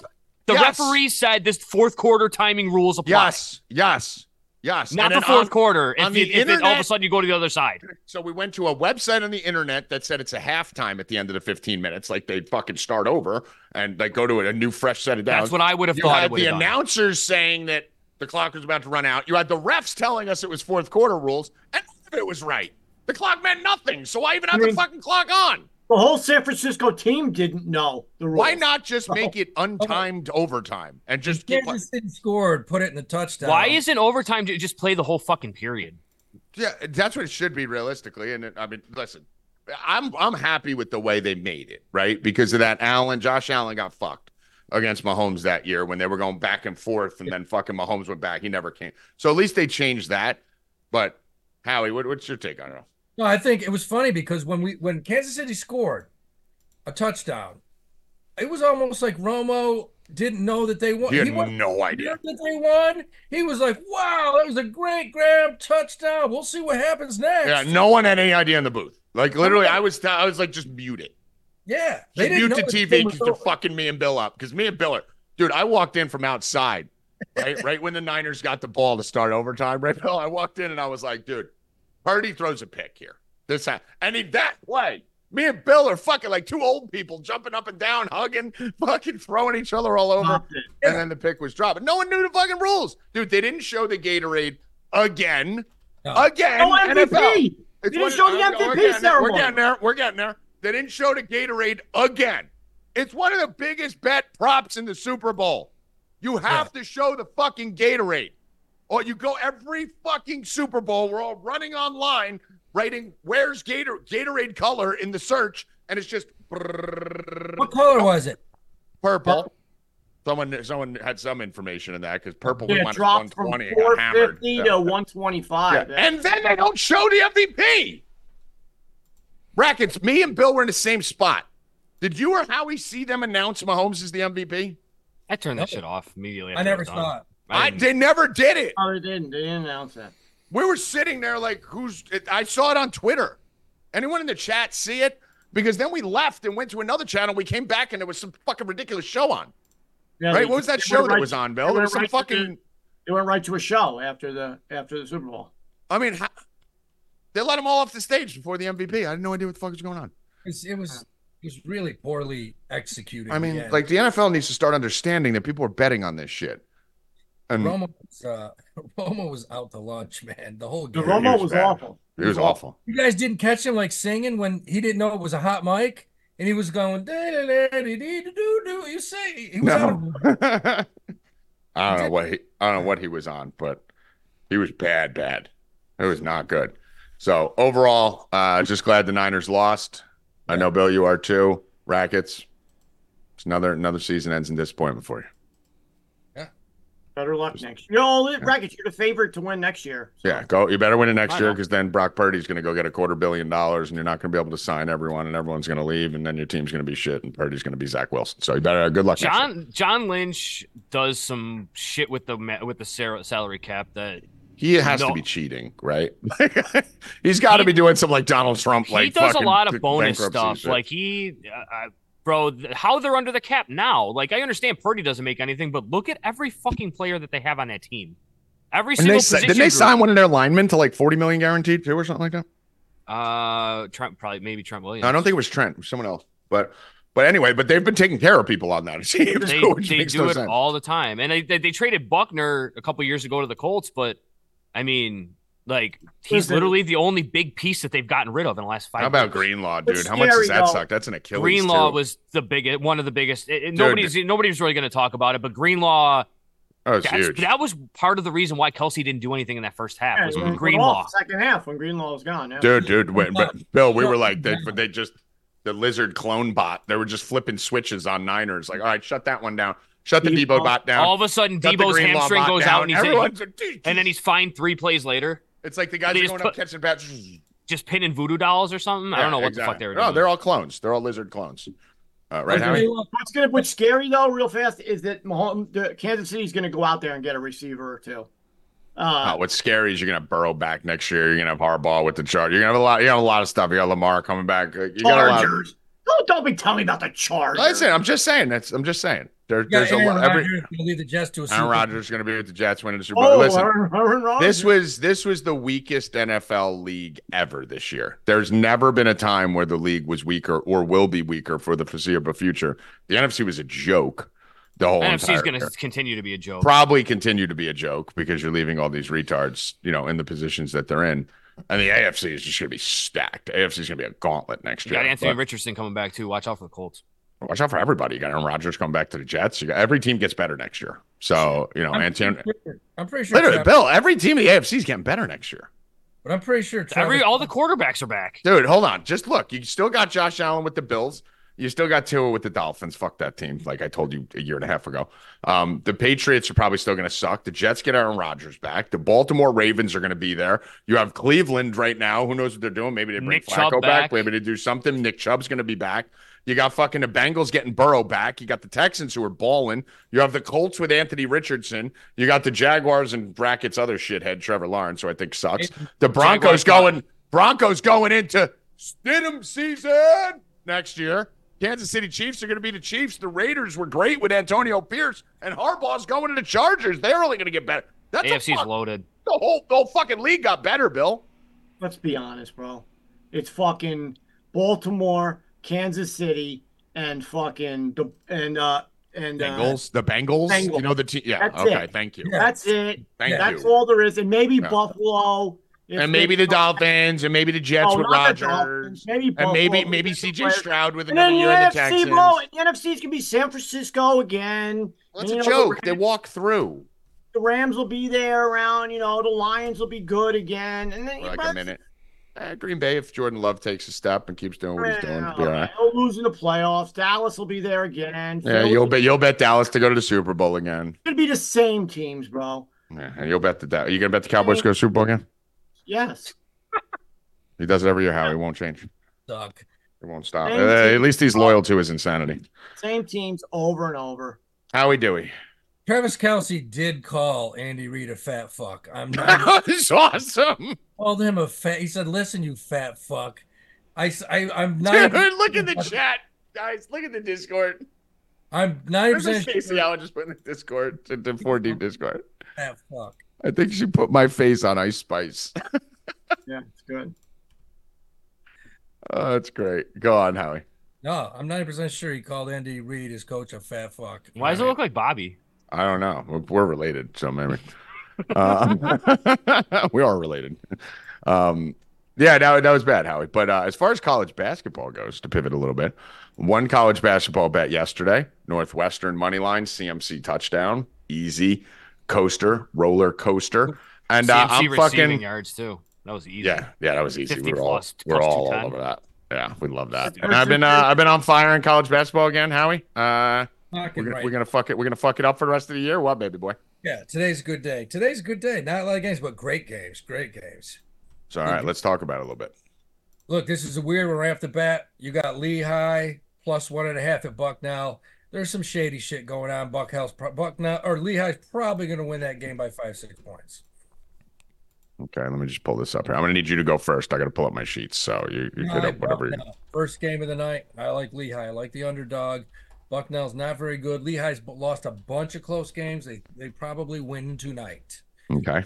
the Yes. referees said this fourth quarter timing rules apply. Yes, yes, yes. Not And the then fourth on- quarter. If, on the it, if it, all of a internet- sudden you go to the other side, So we went to a website on the internet that said it's a halftime at the end of the 15 minutes, like they fucking start over and like go to a new fresh set of downs. that's what I would have you thought. had it would the have done. announcers saying that the clock was about to run out. You had the refs telling us it was fourth quarter rules, and none of it was right. The clock meant nothing. So why even have I the mean- fucking clock on? The whole San Francisco team didn't know the rules. Why not just make it untimed overtime and just keep Kansas City scored, put it in the touchdown. Why isn't overtime ju- just play the whole fucking period? Yeah, that's what it should be realistically. And it- I mean, listen, I'm I'm happy with the way they made it, right? Because of that Allen, Josh Allen got fucked against Mahomes that year when they were going back and forth, and then fucking Mahomes went back. He never came. So at least they changed that. But Howie, what, what's your take on it? No, I think it was funny because when we when Kansas City scored a touchdown, it was almost like Romo didn't know that they won. You He had wasn't no idea. aware that they won. He was like, "Wow, that was a great grab touchdown. We'll see what happens next." Yeah, no one had any idea in the booth. Like literally, I was t- I was like, just mute it. Yeah, They didn't mute know the that TV game was because they're over. fucking me and Bill up. Because me and Bill are, dude. I walked in from outside, right, right when the Niners got the ball to start overtime. Right, Bill. I walked in and I was like, dude, Purdy throws a pick here. This ha- and he that play. Me and Bill are fucking like two old people jumping up and down, hugging, fucking throwing each other all over. Stop it. And then the pick was dropped. No one knew the fucking rules, dude. They didn't show the Gatorade again, No. again. No NFL. MVP. It's They didn't one- show the I'm- MVP we're getting there, We're ceremony. getting there. We're getting there. They didn't show the Gatorade again. It's one of the biggest bet props in the Super Bowl. You have to show the fucking Gatorade. Or you go every fucking Super Bowl, we're all running online, writing where's Gator Gatorade color in the search, and it's just What color was it? purple. Someone someone had some information in that because purple was Yeah, minus dropped from 120 and got hammered. 450 Yeah. to 125. Yeah. And then they don't show the MVP. Brackets, me and Bill were in the same spot. Did you or Howie see them announce Mahomes as the MVP? I turned that No. shit off immediately. I after never was done. saw it. I, didn't- they never did it. No, Oh, they didn't. They didn't announce that. We were sitting there like, who's? It, I saw it on Twitter. Anyone in the chat see it? Because then we left and went to another channel. We came back and there was some fucking ridiculous show on. Yeah, right? they- What was that they show went that right- was on, they Bill? There was went some right to fucking. the- They went right to a show after the after the Super Bowl. I mean, how, they let them all off the stage before the MVP. I had no idea what the fuck was going on. It was it was, it was really poorly executed. I mean, again. like the NFL needs to start understanding that people are betting on this shit. And Romo was, uh, Romo was out to lunch, man. The whole The game. Romo Romo was was, bad. awful. it was awful. You guys didn't catch him like singing when he didn't know it was a hot mic, and he was going "Da-da-da-dee-dee-doo-doo-doo," You say he was out of No. I don't know what he, I don't know what he was on, but he was bad, bad. It was not good. So overall, uh, just glad the Niners lost. I know Bill, you are too. Rackets. It's another another season ends in disappointment for you. Better luck next year. You know, Rackets, you're the favorite to win next year. Yeah, go. You better win it next I year know. because then Brock Purdy's going to go get a quarter billion dollars, and you're not going to be able to sign everyone, and everyone's going to leave, and then your team's going to be shit, and Purdy's going to be Zach Wilson. So you better. uh, Good luck, next year. John John Lynch does some shit with the ma- with the sar- salary cap that He has to No. be cheating, right? He's got to be doing some like Donald Trump. Like he does a fucking lot c- of bonus bankruptcy stuff. shit. Like he, uh, uh, bro, th- how they're under the cap now. Like I understand Purdy doesn't make anything, but look at every fucking player that they have on that team. Every Didn't single they, si- position. didn't they group. sign one of their linemen to like forty million guaranteed too, or something like that? Uh, Trent probably maybe Trent Williams. No, I don't think it was Trent, it was someone else. But but anyway, but they've been taking care of people on that team, they, which they makes do no it sense. all the time. And they, they, they traded Buckner a couple years ago to the Colts, but I mean, like he's Listen. literally the only big piece that they've gotten rid of in the last five. How about years. Greenlaw, It's dude? How much does scary, that though. suck? That's an Achilles. Greenlaw too. was the biggest, one of the biggest. It, it- nobody's nobody's really going to talk about it, but Greenlaw. that was That's, huge. that was part of the reason why Kelsey didn't do anything in that first half Yeah, was it Mhm. went Greenlaw. off the Second half when Greenlaw was gone. Yeah. dude, dude. Wait, but Bill, we were Shut like, they, down. but they just the lizard clone bot. They were just flipping switches on Niners. Like, all right, shut that one down. Shut the Debo Debo. bot down. All of a sudden, Shut the Debo's Greenlaw hamstring bot goes down. out, and he's Everyone's a- and then he's fine three plays later. It's like the guys They are just going up put- catching bats. just pinning voodoo dolls or something. I don't know what the fuck they were doing. No, they're all clones. They're all lizard clones. Uh, right, Howie? What's gonna what's scary though, real fast, is that Mahomes, the Kansas City's gonna go out there and get a receiver or two. Uh, Oh, what's scary is you're gonna have Burrow back next year. You're gonna have Harbaugh with the chart. You're gonna have a lot. You have a lot of stuff. You got Lamar coming back. Uh, You got a lot. Of, Chargers. Don't don't be telling me about the Chargers. listen, I'm just saying. That's I'm just saying. There, Yeah, there's a lot. Every, lead the Jets to a Super Aaron Bowl. Rodgers is gonna be with the Jets winning the Super Bowl. oh, listen, Aaron, Aaron Rodgers. this was this was the weakest NFL league ever this year. There's never been a time where the league was weaker or will be weaker for the foreseeable future. The NFC was a joke. The whole NFC's entire going to year. continue to be a joke. probably continue to be a joke because you're leaving all these retards, you know, in the positions that they're in. And the AFC is just going to be stacked. AFC is going to be a gauntlet next You year. got Anthony But Richardson coming back too. Watch out for the Colts. watch out for everybody. You got Aaron Rodgers coming back to the Jets. You got, every team gets better next year. So you know, I'm Antonio. pretty sure- I'm pretty sure. oh, Literally, Travis, Bill. Every team in the AFC is getting better next year. but I'm pretty sure. Travis, Every all the quarterbacks are back. Dude, hold on. Just look. You still got Josh Allen with the Bills. You still got Tua with the Dolphins. Fuck that team. Like I told you a year and a half ago. Um, the Patriots are probably still going to suck. The Jets get Aaron Rodgers back. The Baltimore Ravens are going to be there. You have Cleveland right now. Who knows what they're doing? Maybe they bring Nick Flacco back. Chubb back. Maybe they do something. Nick Chubb's going to be back. You got fucking the Bengals getting Burrow back. You got the Texans who are balling. You have the Colts with Anthony Richardson. You got the Jaguars and brackets other shithead Trevor Lawrence, who I think sucks. The Broncos Jaguars got- going Broncos going into Stidham season next year. Kansas City Chiefs are going to be the Chiefs. The Raiders were great with Antonio Pierce, and Harbaugh's going to the Chargers. They're only going to get better. That's a AFC's fuck- loaded. the whole the whole fucking league got better, Bill. Let's be honest, bro. It's fucking Baltimore, Kansas City, and fucking the and uh and uh, Bengals, the Bengals, Bengals. you know the team. Yeah, That's okay, it. thank you, Yeah. That's it. thank That's you. all there is, and maybe Yeah. Buffalo. If And maybe the they- Dolphins, and maybe the Jets Oh, with not Rodgers, the Dolphins, Maybe and Buffalo, maybe maybe different CJ players. Stroud with And then another the year in the NFC, bro. Texans. and The NFC's gonna be San Francisco again. That's And, a you know, joke. They walk through The Rams will be there around. You know, the Lions will be good again, and then for you like know, a minute. Eh, Green Bay, if Jordan Love takes a step and keeps doing what he's doing, well, be all right. uh, They'll lose in the playoffs. Dallas will be there again. Yeah, Philly- you'll bet you'll bet Dallas to go to the Super Bowl again. It'll be the same teams, bro. Yeah, and you'll bet the Dal- you gonna bet the Cowboys to go to the Super Bowl again? Yes. He does it every year, Howie. It won't change. suck. It won't stop. Thank Uh, you. at least he's loyal to his insanity. Same teams over and over. Howie Dewey. Travis Kelsey did call Andy Reid a fat fuck. I'm not That's awesome. called him a fat. He said, "Listen, you fat fuck." I, am not. Dude, even- look at the chat. Guys, look at the Discord. I'm ninety There's a percent Stacey Allen just put in the Discord, the 4D Discord. fat fuck. I think she put my face on Ice Spice. Yeah, it's good. Oh, that's great. Go on, Howie. No, I'm ninety percent sure he called Andy Reid his coach a fat fuck. Why does it look like Bobby? I don't know. We're- We're related, so maybe uh, we are related. Um, yeah, that, that was bad, Howie. But uh, as far as college basketball goes, to pivot a little bit, one college basketball bet yesterday: Northwestern money line, CMC touchdown, easy coaster, roller coaster, and uh, CMC I'm receiving fucking yards too. That was easy. yeah, yeah, that was easy. 50 We were all plus, we're plus all, 210. over that. Yeah, we love that. That's And I've been uh, I've been on fire in college basketball again, Howie. Uh, we're Fucking gonna, right. we're gonna fuck it. We're gonna fuck it up for the rest of the year. What, baby boy? Yeah, today's a good day. Today's a good day. Not a lot of games, but great games. Great games. So all right, let's talk about it a little bit. Look, this is a weird one right off the bat. You got Lehigh plus one and a half at Bucknell. There's some shady shit going on. Bucknell's pro- Bucknell or Lehigh's probably going to win that game by five six points. Okay, let me just pull this up here. I'm gonna need you to go first. I gotta pull up my sheets, so you, you hit Lehigh, up whatever. You, Bucknell. First game of the night. I like Lehigh. I like the underdog. Bucknell's not very good. Lehigh's b- lost a bunch of close games. They they probably win tonight. okay,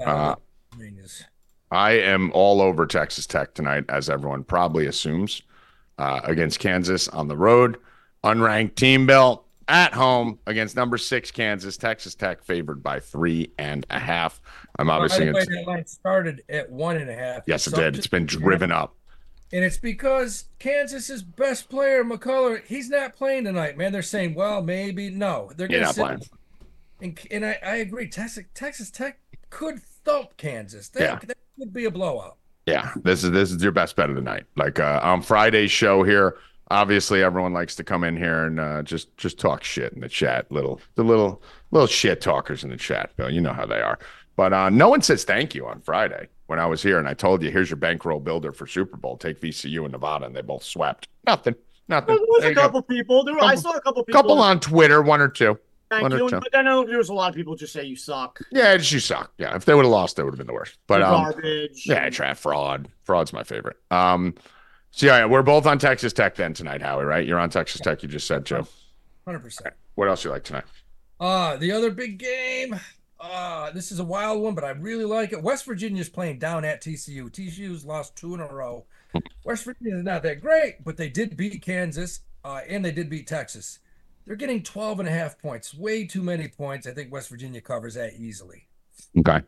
I don't know Uh, what the line is. I am all over Texas Tech tonight, as everyone probably assumes, uh, against Kansas on the road, unranked team belt at home against number six Kansas. Texas Tech favored by three and a half. I'm By obviously the way, it's- that line started at one and a half. yes, it So did. It's been driven up. And it's because Kansas's best player, McCullough, he's not playing tonight, man. They're saying, well, maybe no. They're You're gonna not sit- playing. And, and I, I agree. Texas, Texas Tech could thump Kansas. That, Yeah. that could be a blowout. Yeah, this is this is your best bet of the night. Like uh, on Friday's show here, obviously everyone likes to come in here and uh, just just talk shit in the chat. Little the little little shit talkers in the chat, Bill. You know how they are. But uh, no one says thank you on Friday when I was here and I told you, here's your bankroll builder for Super Bowl. Take VCU and Nevada, and they both swept. Nothing. Nothing. There was There a you go. couple people. There, I Couple- saw a couple people. couple on Twitter, one or two. Thank one or you. two. But then uh, there was a lot of people just say you suck. Yeah, she sucked. Yeah, if they would have lost, they would have been the worst. But You're um, garbage. yeah, trap fraud. Fraud's my favorite. Um, so yeah, yeah, we're both on Texas Tech then tonight, Howie. Right? You're on Texas Tech. You just said Joe. Hundred percent. What else you like tonight? Uh the other big game. Uh this is a wild one, but I really like it. West Virginia's playing down at TCU. TCU's lost two in a row. West Virginia's not that great, but they did beat Kansas, uh, and they did beat Texas. They're getting 12 and a half points, way too many points. I think West Virginia covers that easily. Okay.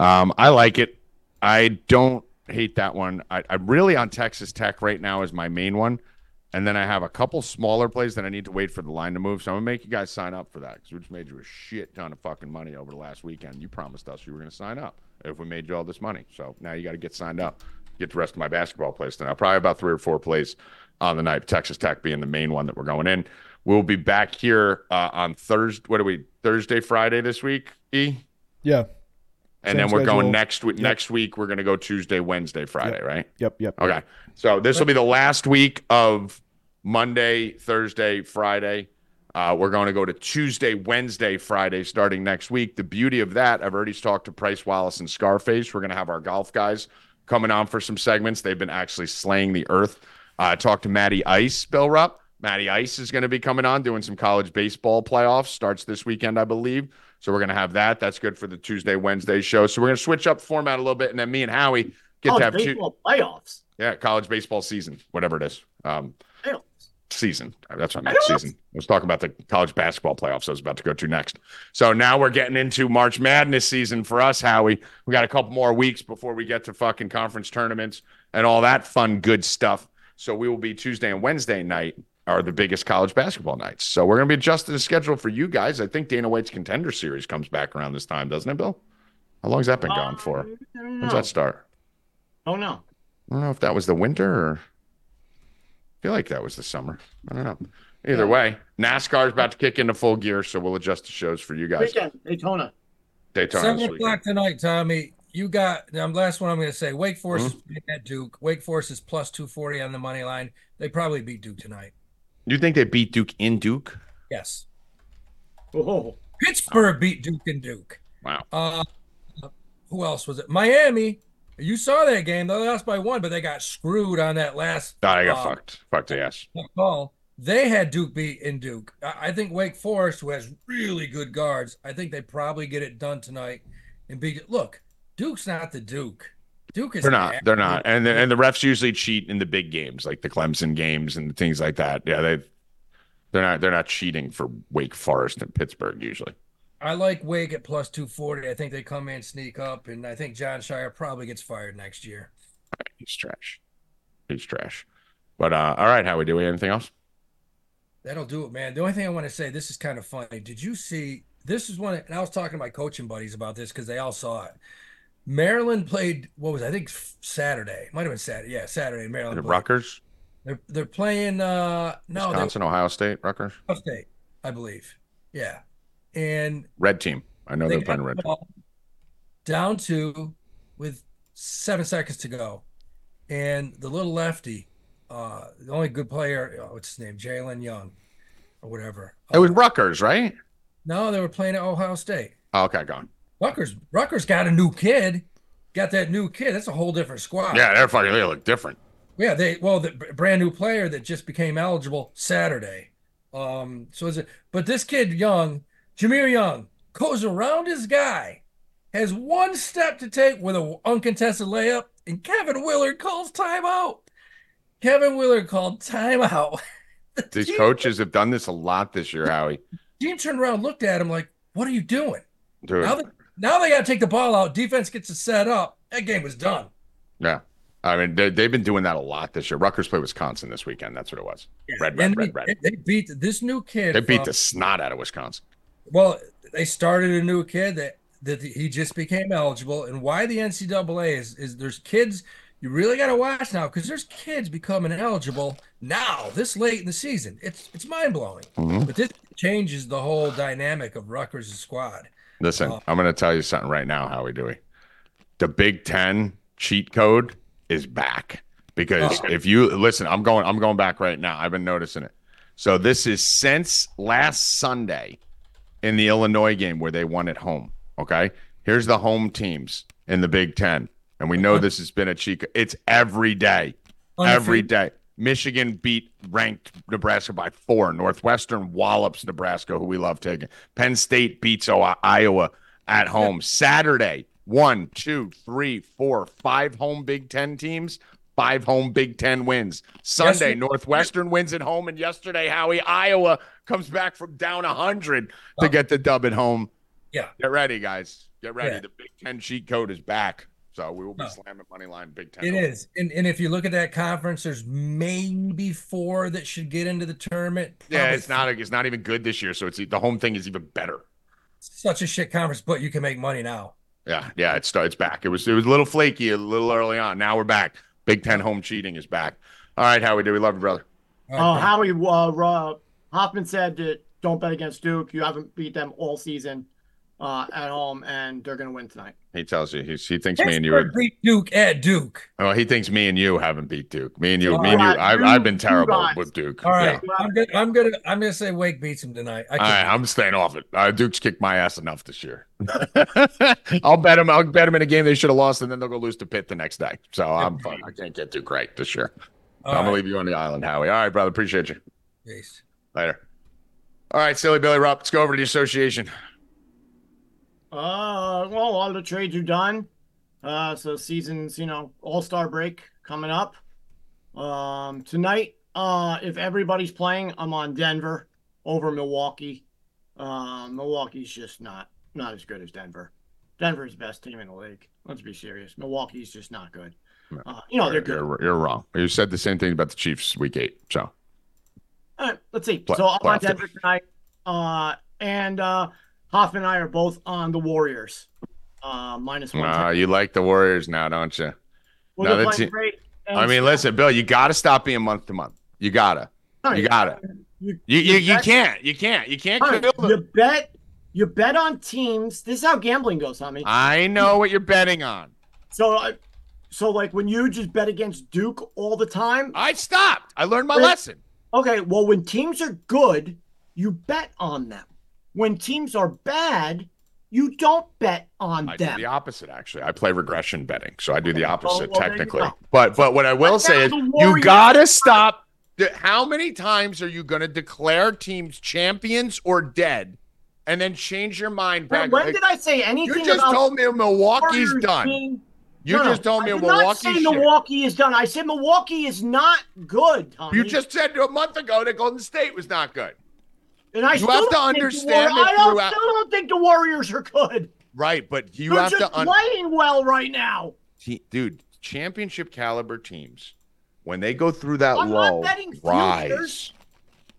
Um, I like it. I don't hate that one. I, I'm really on Texas Tech right now as my main one. And then I have a couple smaller plays that I need to wait for the line to move. So I'm gonna make you guys sign up for that because we just made you a shit ton of fucking money over the last weekend. You promised us you were gonna sign up if we made you all this money. So now you got to get signed up, get the rest of my basketball plays tonight. Probably about three or four plays on the night. Texas Tech being the main one that we're going in. We'll be back here uh, on Thursday. What are we? Thursday, Friday this week? E Yeah. and Same then we're schedule. going next week. Yep. Next week we're going to go Tuesday, Wednesday, Friday, right? Yep. Yep. Okay. So this will be the last week of Monday, Thursday, Friday. Uh, we're going to go to Tuesday, Wednesday, Friday starting next week. The beauty of that, I've already talked to Price Wallace and Scarface. We're going to have our golf guys coming on for some segments. They've been actually slaying the earth. Uh, I talked to Matty Ice, Bill Rupp. Matty Ice is going to be coming on doing some college baseball playoffs. Starts this weekend, I believe. So we're going to have that. That's good for the Tuesday, Wednesday show. So we're going to switch up format a little bit. And then me and Howie get College to have two. baseball Oh, playoffs. Yeah, college baseball season, whatever it is. Um, Playoffs. season. That's what I meant. Season. I was talking about the college basketball playoffs I was about to go to next. So now we're getting into March Madness season for us, Howie. We got a couple more weeks before we get to fucking conference tournaments and all that fun, good stuff. So we will be Tuesday and Wednesday night are the biggest college basketball nights. So we're going to be adjusting the schedule for you guys. I think Dana White's contender series comes back around this time, doesn't it, Bill? How long's that been gone for? Um, I don't When's know. that start? Oh no. I don't know if that was the winter or I feel like that was the summer. I don't know. Either way, NASCAR's about to kick into full gear, so we'll adjust the shows for you guys. Weekend, Daytona. Daytona this Seven weekend. o'clock tonight, Tommy. You got the last one I'm going to say. Wake Forest is playing at Duke. Wake Forest is plus 240 on the money line. They probably beat Duke tonight. You think they beat Duke in Duke? Yes. Oh, Pittsburgh beat Duke and Duke. Wow. Uh, who else was it? Miami. You saw that game. They lost by one, but they got screwed on that last God, I got Uh, fucked. Fucked the ass. call. They had Duke beat in Duke. I I think Wake Forest, who has really good guards, I think they probably get it done tonight and beat it. Look, Duke's not the Duke. Duke is They're not. They're not. And the, then and the refs usually cheat in the big games, like the Clemson games and things like that. Yeah, they they're not they're not cheating for Wake Forest and Pittsburgh usually. I like Wake at plus 240. I think they come in, sneak up, and I think John Shire probably gets fired next year. He's trash. He's trash. But uh, all right, how we do we anything else? That'll do it, man. The only thing I want to say, this is kind of funny. Did you see this is one and I was talking to my coaching buddies about this because they all saw it. Maryland played what was it? I think Saturday. Might have been Saturday. Yeah, Saturday. Maryland. played. Rutgers, They're they're playing uh no, they're Wisconsin, Ohio State, Rutgers. Ohio State, I believe. Yeah. And Red team. I know they Oh, they're got playing the red. team. ball down to with seven seconds to go. And the little lefty, uh, the only good player, oh, what's his name? Jalen Young or whatever. It was Uh, Rutgers, right? no, they were playing at Ohio State. Oh, okay, gone. Rutgers Rutgers got a new kid. Got that new kid. That's a whole different squad. Yeah, they're fucking. They look different. Yeah, they well, the b- brand new player that just became eligible Saturday. Um, so is it? But this kid, Young, Jameer Young, goes around his guy, has one step to take with an uncontested layup, and Kevin Willard calls timeout. Kevin Willard called timeout. The These team- coaches have done this a lot this year, Howie. team turned around, looked at him like, "What are you doing?" Dude, Now they now they got to take the ball out. Defense gets to set up. That game was done. yeah. I mean, they, they've been doing that a lot this year. Rutgers played Wisconsin this weekend. That's what it was. Red, red, And red, they, red. They beat this new kid. They beat from- the snot out of Wisconsin. Well, they started a new kid that that he just became eligible, and why the NCAA is is there's kids you really got to watch now because there's kids becoming eligible now this late in the season. It's it's mind blowing, Mhm. but this changes the whole dynamic of Rutgers' squad. Listen, Oh. I'm going to tell you something right now, Howie Dewey. The Big Ten cheat code is back because if you listen, I'm going, I'm going back right now. I've been noticing it. So this is since last Sunday in the Illinois game where they won at home. Okay, here's the home teams in the Big Ten, and we know this has been a cheat. co- It's every day every day. Michigan beat ranked Nebraska by four. Northwestern wallops Nebraska, who we love taking. Penn State beats O- Iowa at home. Saturday, one, two, three, four, five home Big Ten teams, five home Big Ten wins. Sunday, we- Northwestern wins at home. And yesterday, Howie, Iowa comes back from down 100 to get the dub at home. Yeah. Get ready, guys. Get ready. Yeah. The Big Ten cheat code is back. So we will be No. slamming money line Big Ten. It home. is. And, and if you look at that conference, there's maybe four that should get into the tournament. Yeah, Probably it's not it's not even good this year, so it's the home thing is even better. such a shit conference, but you can make money now. Yeah, yeah, it's it's back. It was it was a little flaky a little early on. Now we're back. Big Ten home cheating is back. All right, Howie, do we love you, brother? All Oh, right, Howie uh, Ra- Hoffman said that don't bet against Duke. You haven't beat them all season uh, at home, and they're going to win tonight. He tells you he's, he thinks Pittsburgh me and you. Are, beat Duke at Duke. oh, he thinks me and you haven't beat Duke. Me and you, All me and you. right, I, you- I've been you terrible guys. with Duke. All Yeah. right, I'm gonna, I'm gonna, I'm gonna say Wake beats him tonight. I All right, can't. I'm staying off it. Uh, Duke's kicked my ass enough this year. I'll bet them. I'll bet them in a game they should have lost, and then theyll go lose to Pitt the next day. So I'm fine. I can't get Duke right this year. All I'm right, gonna leave you on the island, Howie. All right, brother. Appreciate you. Peace. Later. All right, silly Billy Rupp. Let's go over to the association. Uh, well, all the trades are done. Uh, so seasons, you know, All Star break coming up. Um, tonight, uh, if everybody's playing, I'm on Denver over Milwaukee. Um, Milwaukee's just not not as good as Denver. Denver's the best team in the league. Let's be serious. Milwaukee's just not good. No. Uh, you know they're you're, good. you're- you're wrong. You said the same thing about the Chiefs week eight. So All right, let's see. Play- so I'm on playoff Denver tonight, uh, and uh, Hoffman and I are both on the Warriors, uh, minus one. uh, you like the Warriors now, don't you? Well, no, they're that's playing it. great, and I mean, listen, Bill, you got to stop being month to month. You gotta. All right, You gotta. You- You you, you, you bet- can't. You can't. You can't all right, kill them. you bet. You bet on teams. This is how gambling goes, homie. I know what you're betting on. So, uh, so like when you just bet against Duke all the time. I stopped. I learned my Wait. lesson. Okay, well when teams are good, you bet on them. When teams are bad, you don't bet on I do them. the opposite, actually. I play regression betting, so I do the opposite well, there you technically. go. But but what I will Right now, say is, the you Warriors- gotta stop. the- How many times are you gonna declare teams champions or dead, and then change your mind When, back? when did I say anything you just about told me Milwaukee's Warriors done. being- You No, no, just told me I did not Milwaukee. say shit. Milwaukee is done. I said Milwaukee is not good, homie. You just said a month ago that Golden State was not good. and I you still have to don't think the understand Warriors- that I don't, throughout- still don't think the Warriors are good. Right, but you They're have just to un- playing well right now. Te- dude, championship caliber teams when they go through that I'm not low betting futures. rise.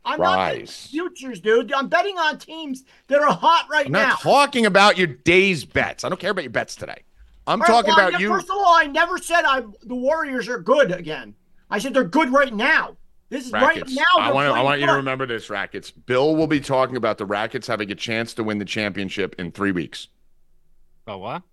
I'm not betting Rise. futures, dude. I'm betting on teams that are hot right I'm now. not talking about your day's bets. I don't care about your bets today. I'm All right, talking well, I- about you. First of all, I never said I the Warriors are good again. I said they're good right now. This is right Rackets. now. I they're want I playing want you to good. remember this, Rackets. Bill will be talking about the Rackets having a chance to win the championship in three weeks. Oh, what?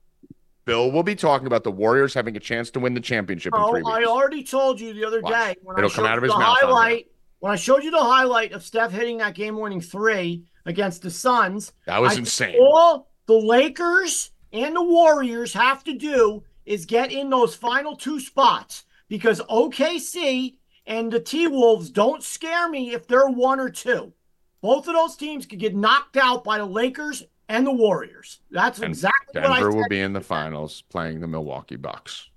Bill will be talking about the Warriors having a chance to win the championship in three Oh, weeks. I already told you the other Watch. day when It'll I come showed out of you his the mouth on highlight. When I showed you the highlight of Steph hitting that game-winning three against the Suns, that was I- insane. all the Lakers and the Warriors have to do is get in those final two spots because OKC and the T Wolves don't scare me if they're one or two. Both of those teams could get knocked out by the Lakers and the Warriors. That's And exactly what I Denver said. will be in the finals playing the Milwaukee Bucks.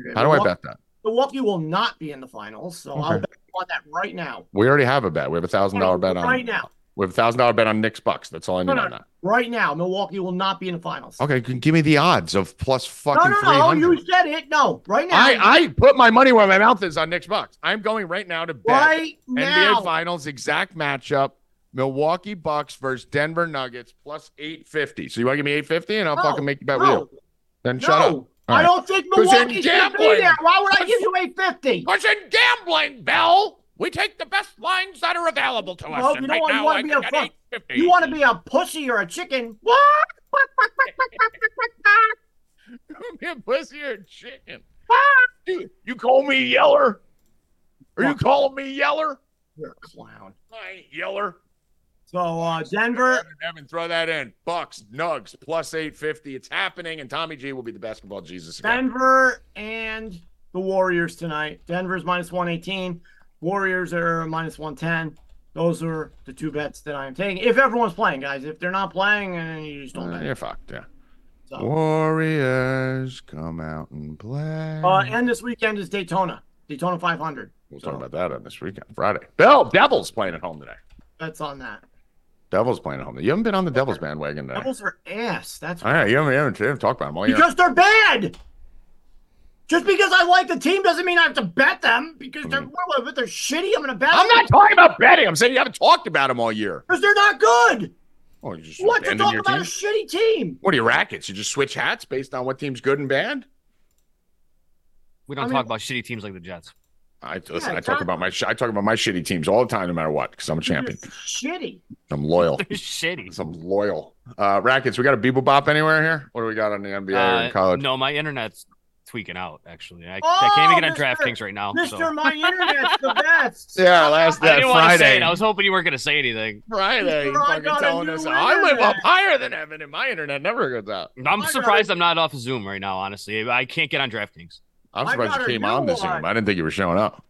Okay, How do I Milwaukee- bet that? Milwaukee will not be in the finals, so I'll Okay. bet on that right now. We already have a bet. We have a thousand dollar bet on right now. We have a thousand dollar bet on Knicks Bucks. That's all I need No, no, on that. Right now, Milwaukee will not be in the finals. Okay, g- give me the odds of plus No, fucking no, three no. hundred. You said it. No, right now. I, I put my money where my mouth is on Knicks Bucks. I'm going right now to bet right NBA now. Finals exact matchup: Milwaukee Bucks versus Denver Nuggets plus eight fifty. So you want to give me eight fifty, and I'll No, fucking make you bet no, real. Then shut no. up. All I right. don't think Who's in Milwaukee's going to be gambling? there. Why would I Who's- give you 850? Because in gambling, Bell, we take the best lines that are available to No, you don't want- you wanna be a fuck- You want to be a pussy or a chicken? What? Call me a pussy or a chicken. Dude, you call me yeller? Are you calling me yeller? You're a clown. I ain't yeller. So uh, Denver, Evan, throw that in. Bucks, Nugs, plus 850. It's happening, and Tommy G will be the basketball Jesus again. Denver, and the Warriors tonight. Denver's minus one eighteen. Warriors are minus one ten. Those are the two bets that I am taking. If everyone's playing, guys. If they're not playing, then you just don't Uh, bet. you're fucked, yeah. So. Warriors, come out and play. Uh, and this weekend is Daytona, Daytona 500. we'll talk about that on this weekend, Friday. Bill, Devils playing at home today. That's on that. Devils playing at home. You haven't been on the Devils bandwagon today. Devils are ass. That's All right, you haven't, you haven't, you haven't talked about them all year. because they're bad. Just because I like the team doesn't mean I have to bet them because they're well, but they're shitty. I'm gonna bet. Hmm. I'm them not talking about betting. I'm saying you haven't talked about them all year. because they're not good. Oh, you just What to abandoned talk your about team? a shitty team? What are your rackets? You just switch hats based on what team's good and bad? We don't I mean- talk about shitty teams like the Jets. I listen. Yeah, I talk John- about my sh- I talk about my shitty teams all the time, no matter what, because I'm a They're champion. Shitty. I'm loyal. They're shitty. 'Cause I'm loyal. Uh, rackets. We got a Bebo Bop anywhere here? What do we got on the NBA or in Uh, college? No, my internet's tweaking out. Actually, I, I Oh, can't even get on Mr. DraftKings right now. So. Mister, my internet's the best. Yeah, last I that didn't want to say Friday. it. I was hoping you weren't going to say anything. Friday. Mister, you I fucking got a telling new us I live internet. up higher than Evan, and my internet never goes out. I'm I got surprised I'm not off of Zoom right now. Honestly, I can't get on DraftKings. I'm I surprised got you a came new on this one. room. I didn't think you were showing up.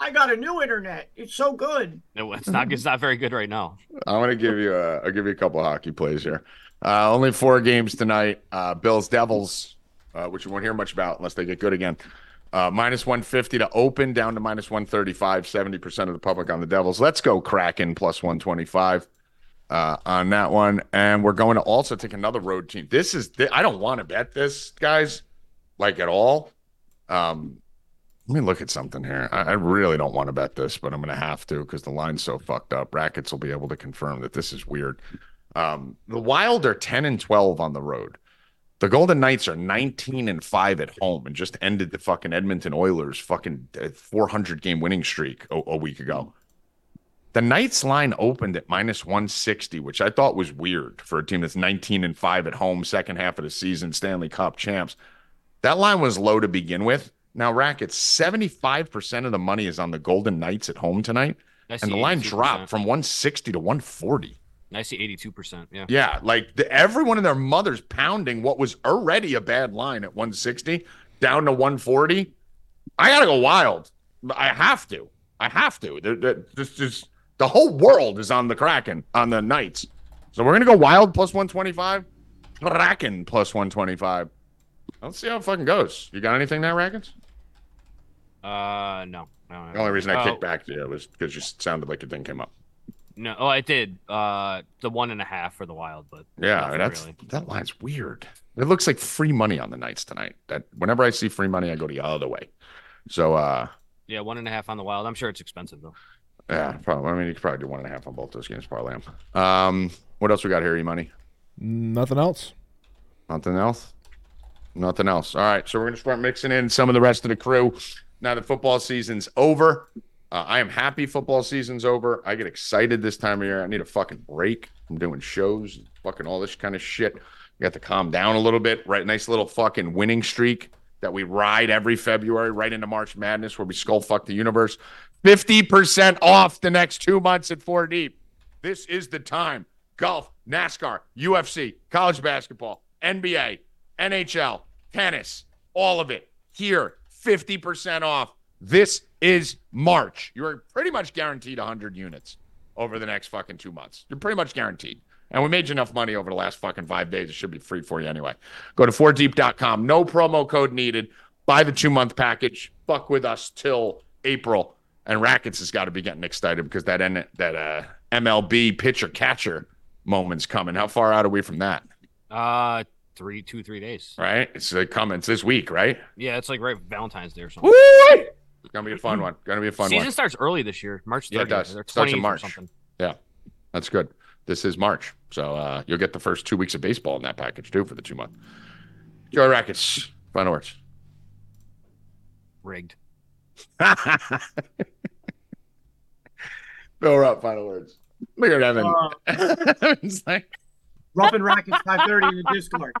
I got a new internet. It's so good. No, it's not. It's not very good right now. I'm gonna give you a. I'll give you a couple of hockey plays here. Uh, only four games tonight. Uh, Bills Devils, uh, which you won't hear much about unless they get good again. Uh, minus 150 to open, down to minus 135. 70 percent of the public on the Devils. Let's go Kraken plus 125 uh, on that one. And we're going to also take another road team. This is. Th- I don't want to bet this, guys, like at all. Um, let me look at something here. I, I really don't want to bet this, but I'm going to have to because the line's so fucked up. Rackets will be able to confirm that this is weird. Um, the Wild are 10 and 12 on the road. The Golden Knights are 19 and 5 at home and just ended the fucking Edmonton Oilers fucking uh, 400 game winning streak a, a week ago. The Knights line opened at minus 160, which I thought was weird for a team that's 19 and 5 at home, second half of the season, Stanley Cup champs. That line was low to begin with. Now, Rackets, 75% of the money is on the Golden Knights at home tonight. I see And the line 82%. dropped from 160 to 140. I see 82. percent Yeah. Yeah, like the, everyone and their mother's pounding what was already a bad line at 160 down to 140. I gotta go wild. I have to. I have to. The, the, this is the whole world is on the Kraken on the Knights. So we're gonna go wild plus 125, Kraken plus 125. Let's see how it fucking goes. You got anything there, Rackets? Uh, no. no, no, The only reason I Uh, kicked back to you was because you sounded like your thing came up. No. Oh, I did. Uh, the one and a half for the Wild, but Yeah, nothing that's really. that line's weird. It looks like free money on the nights tonight. That whenever I see free money, I go the other way. So uh Yeah, one and a half on the Wild. I'm sure it's expensive though. yeah, probably I mean you could probably do one and a half on both those games, probably am. Um what else we got here, E money? Nothing else. Nothing else? Nothing else. All right. So we're gonna start mixing in some of the rest of the crew. Now that football season's over. Uh, I am happy football season's over. I get excited this time of year. I need a fucking break. I'm doing shows, fucking all this kind of shit. We got to calm down a little bit, right? Nice little fucking winning streak that we ride every February right into March Madness where we skull fuck the universe. 50% off the next two months at 4 Deep. This is the time. Golf, NASCAR, UFC, college basketball, NBA, NHL, tennis, all of it here, 50% off. This is March. You're pretty much guaranteed 100 units over the next fucking two months. You're pretty much guaranteed. And we made you enough money over the last fucking five days. It should be free for you anyway. Go to 4deep.com. No promo code needed. Buy the two month package. Fuck with us till April. And Rackets has got to be getting excited because that N- that uh, MLB pitcher catcher moment's coming. How far out are we from that? Uh, three, two, three days. Right? It's uh, coming. It's this week, right? Yeah, it's like right Valentine's Day or something. Woo! It's gonna be a fun one. Gonna be a fun Season one. starts early this year, March 30th. Yeah, it does. Or Starts in 20th or March. something. That's good. This is March, so uh, you'll get the first two weeks of baseball in that package too for the two month. Joy Rackets, final words. Rigged. Bill Rupp, final words. Look at Evan. Uh, Evan's like, Rough and Rackets 530 in the Discord.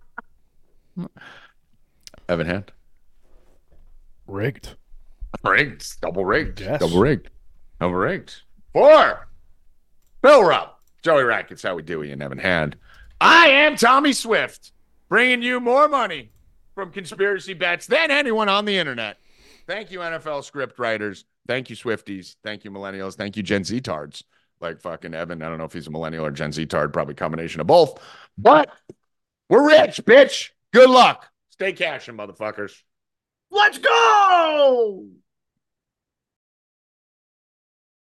Evan Hand. Rigged. Rigged. Double rigged. Yes. Double rigged. Double rigged. Four. Bill Rob. Joey Rackets, how we do and Evan Hand. I am Tommy Swift, bringing you more money from conspiracy bets than anyone on the internet. Thank you, NFL script writers. Thank you, Swifties. Thank you, Millennials. Thank you, Gen Z tards. Like fucking Evan. I don't know if he's a millennial or Gen Z tard, probably combination of both. But we're rich, bitch. Good luck. Stay cashing, motherfuckers. Let's go!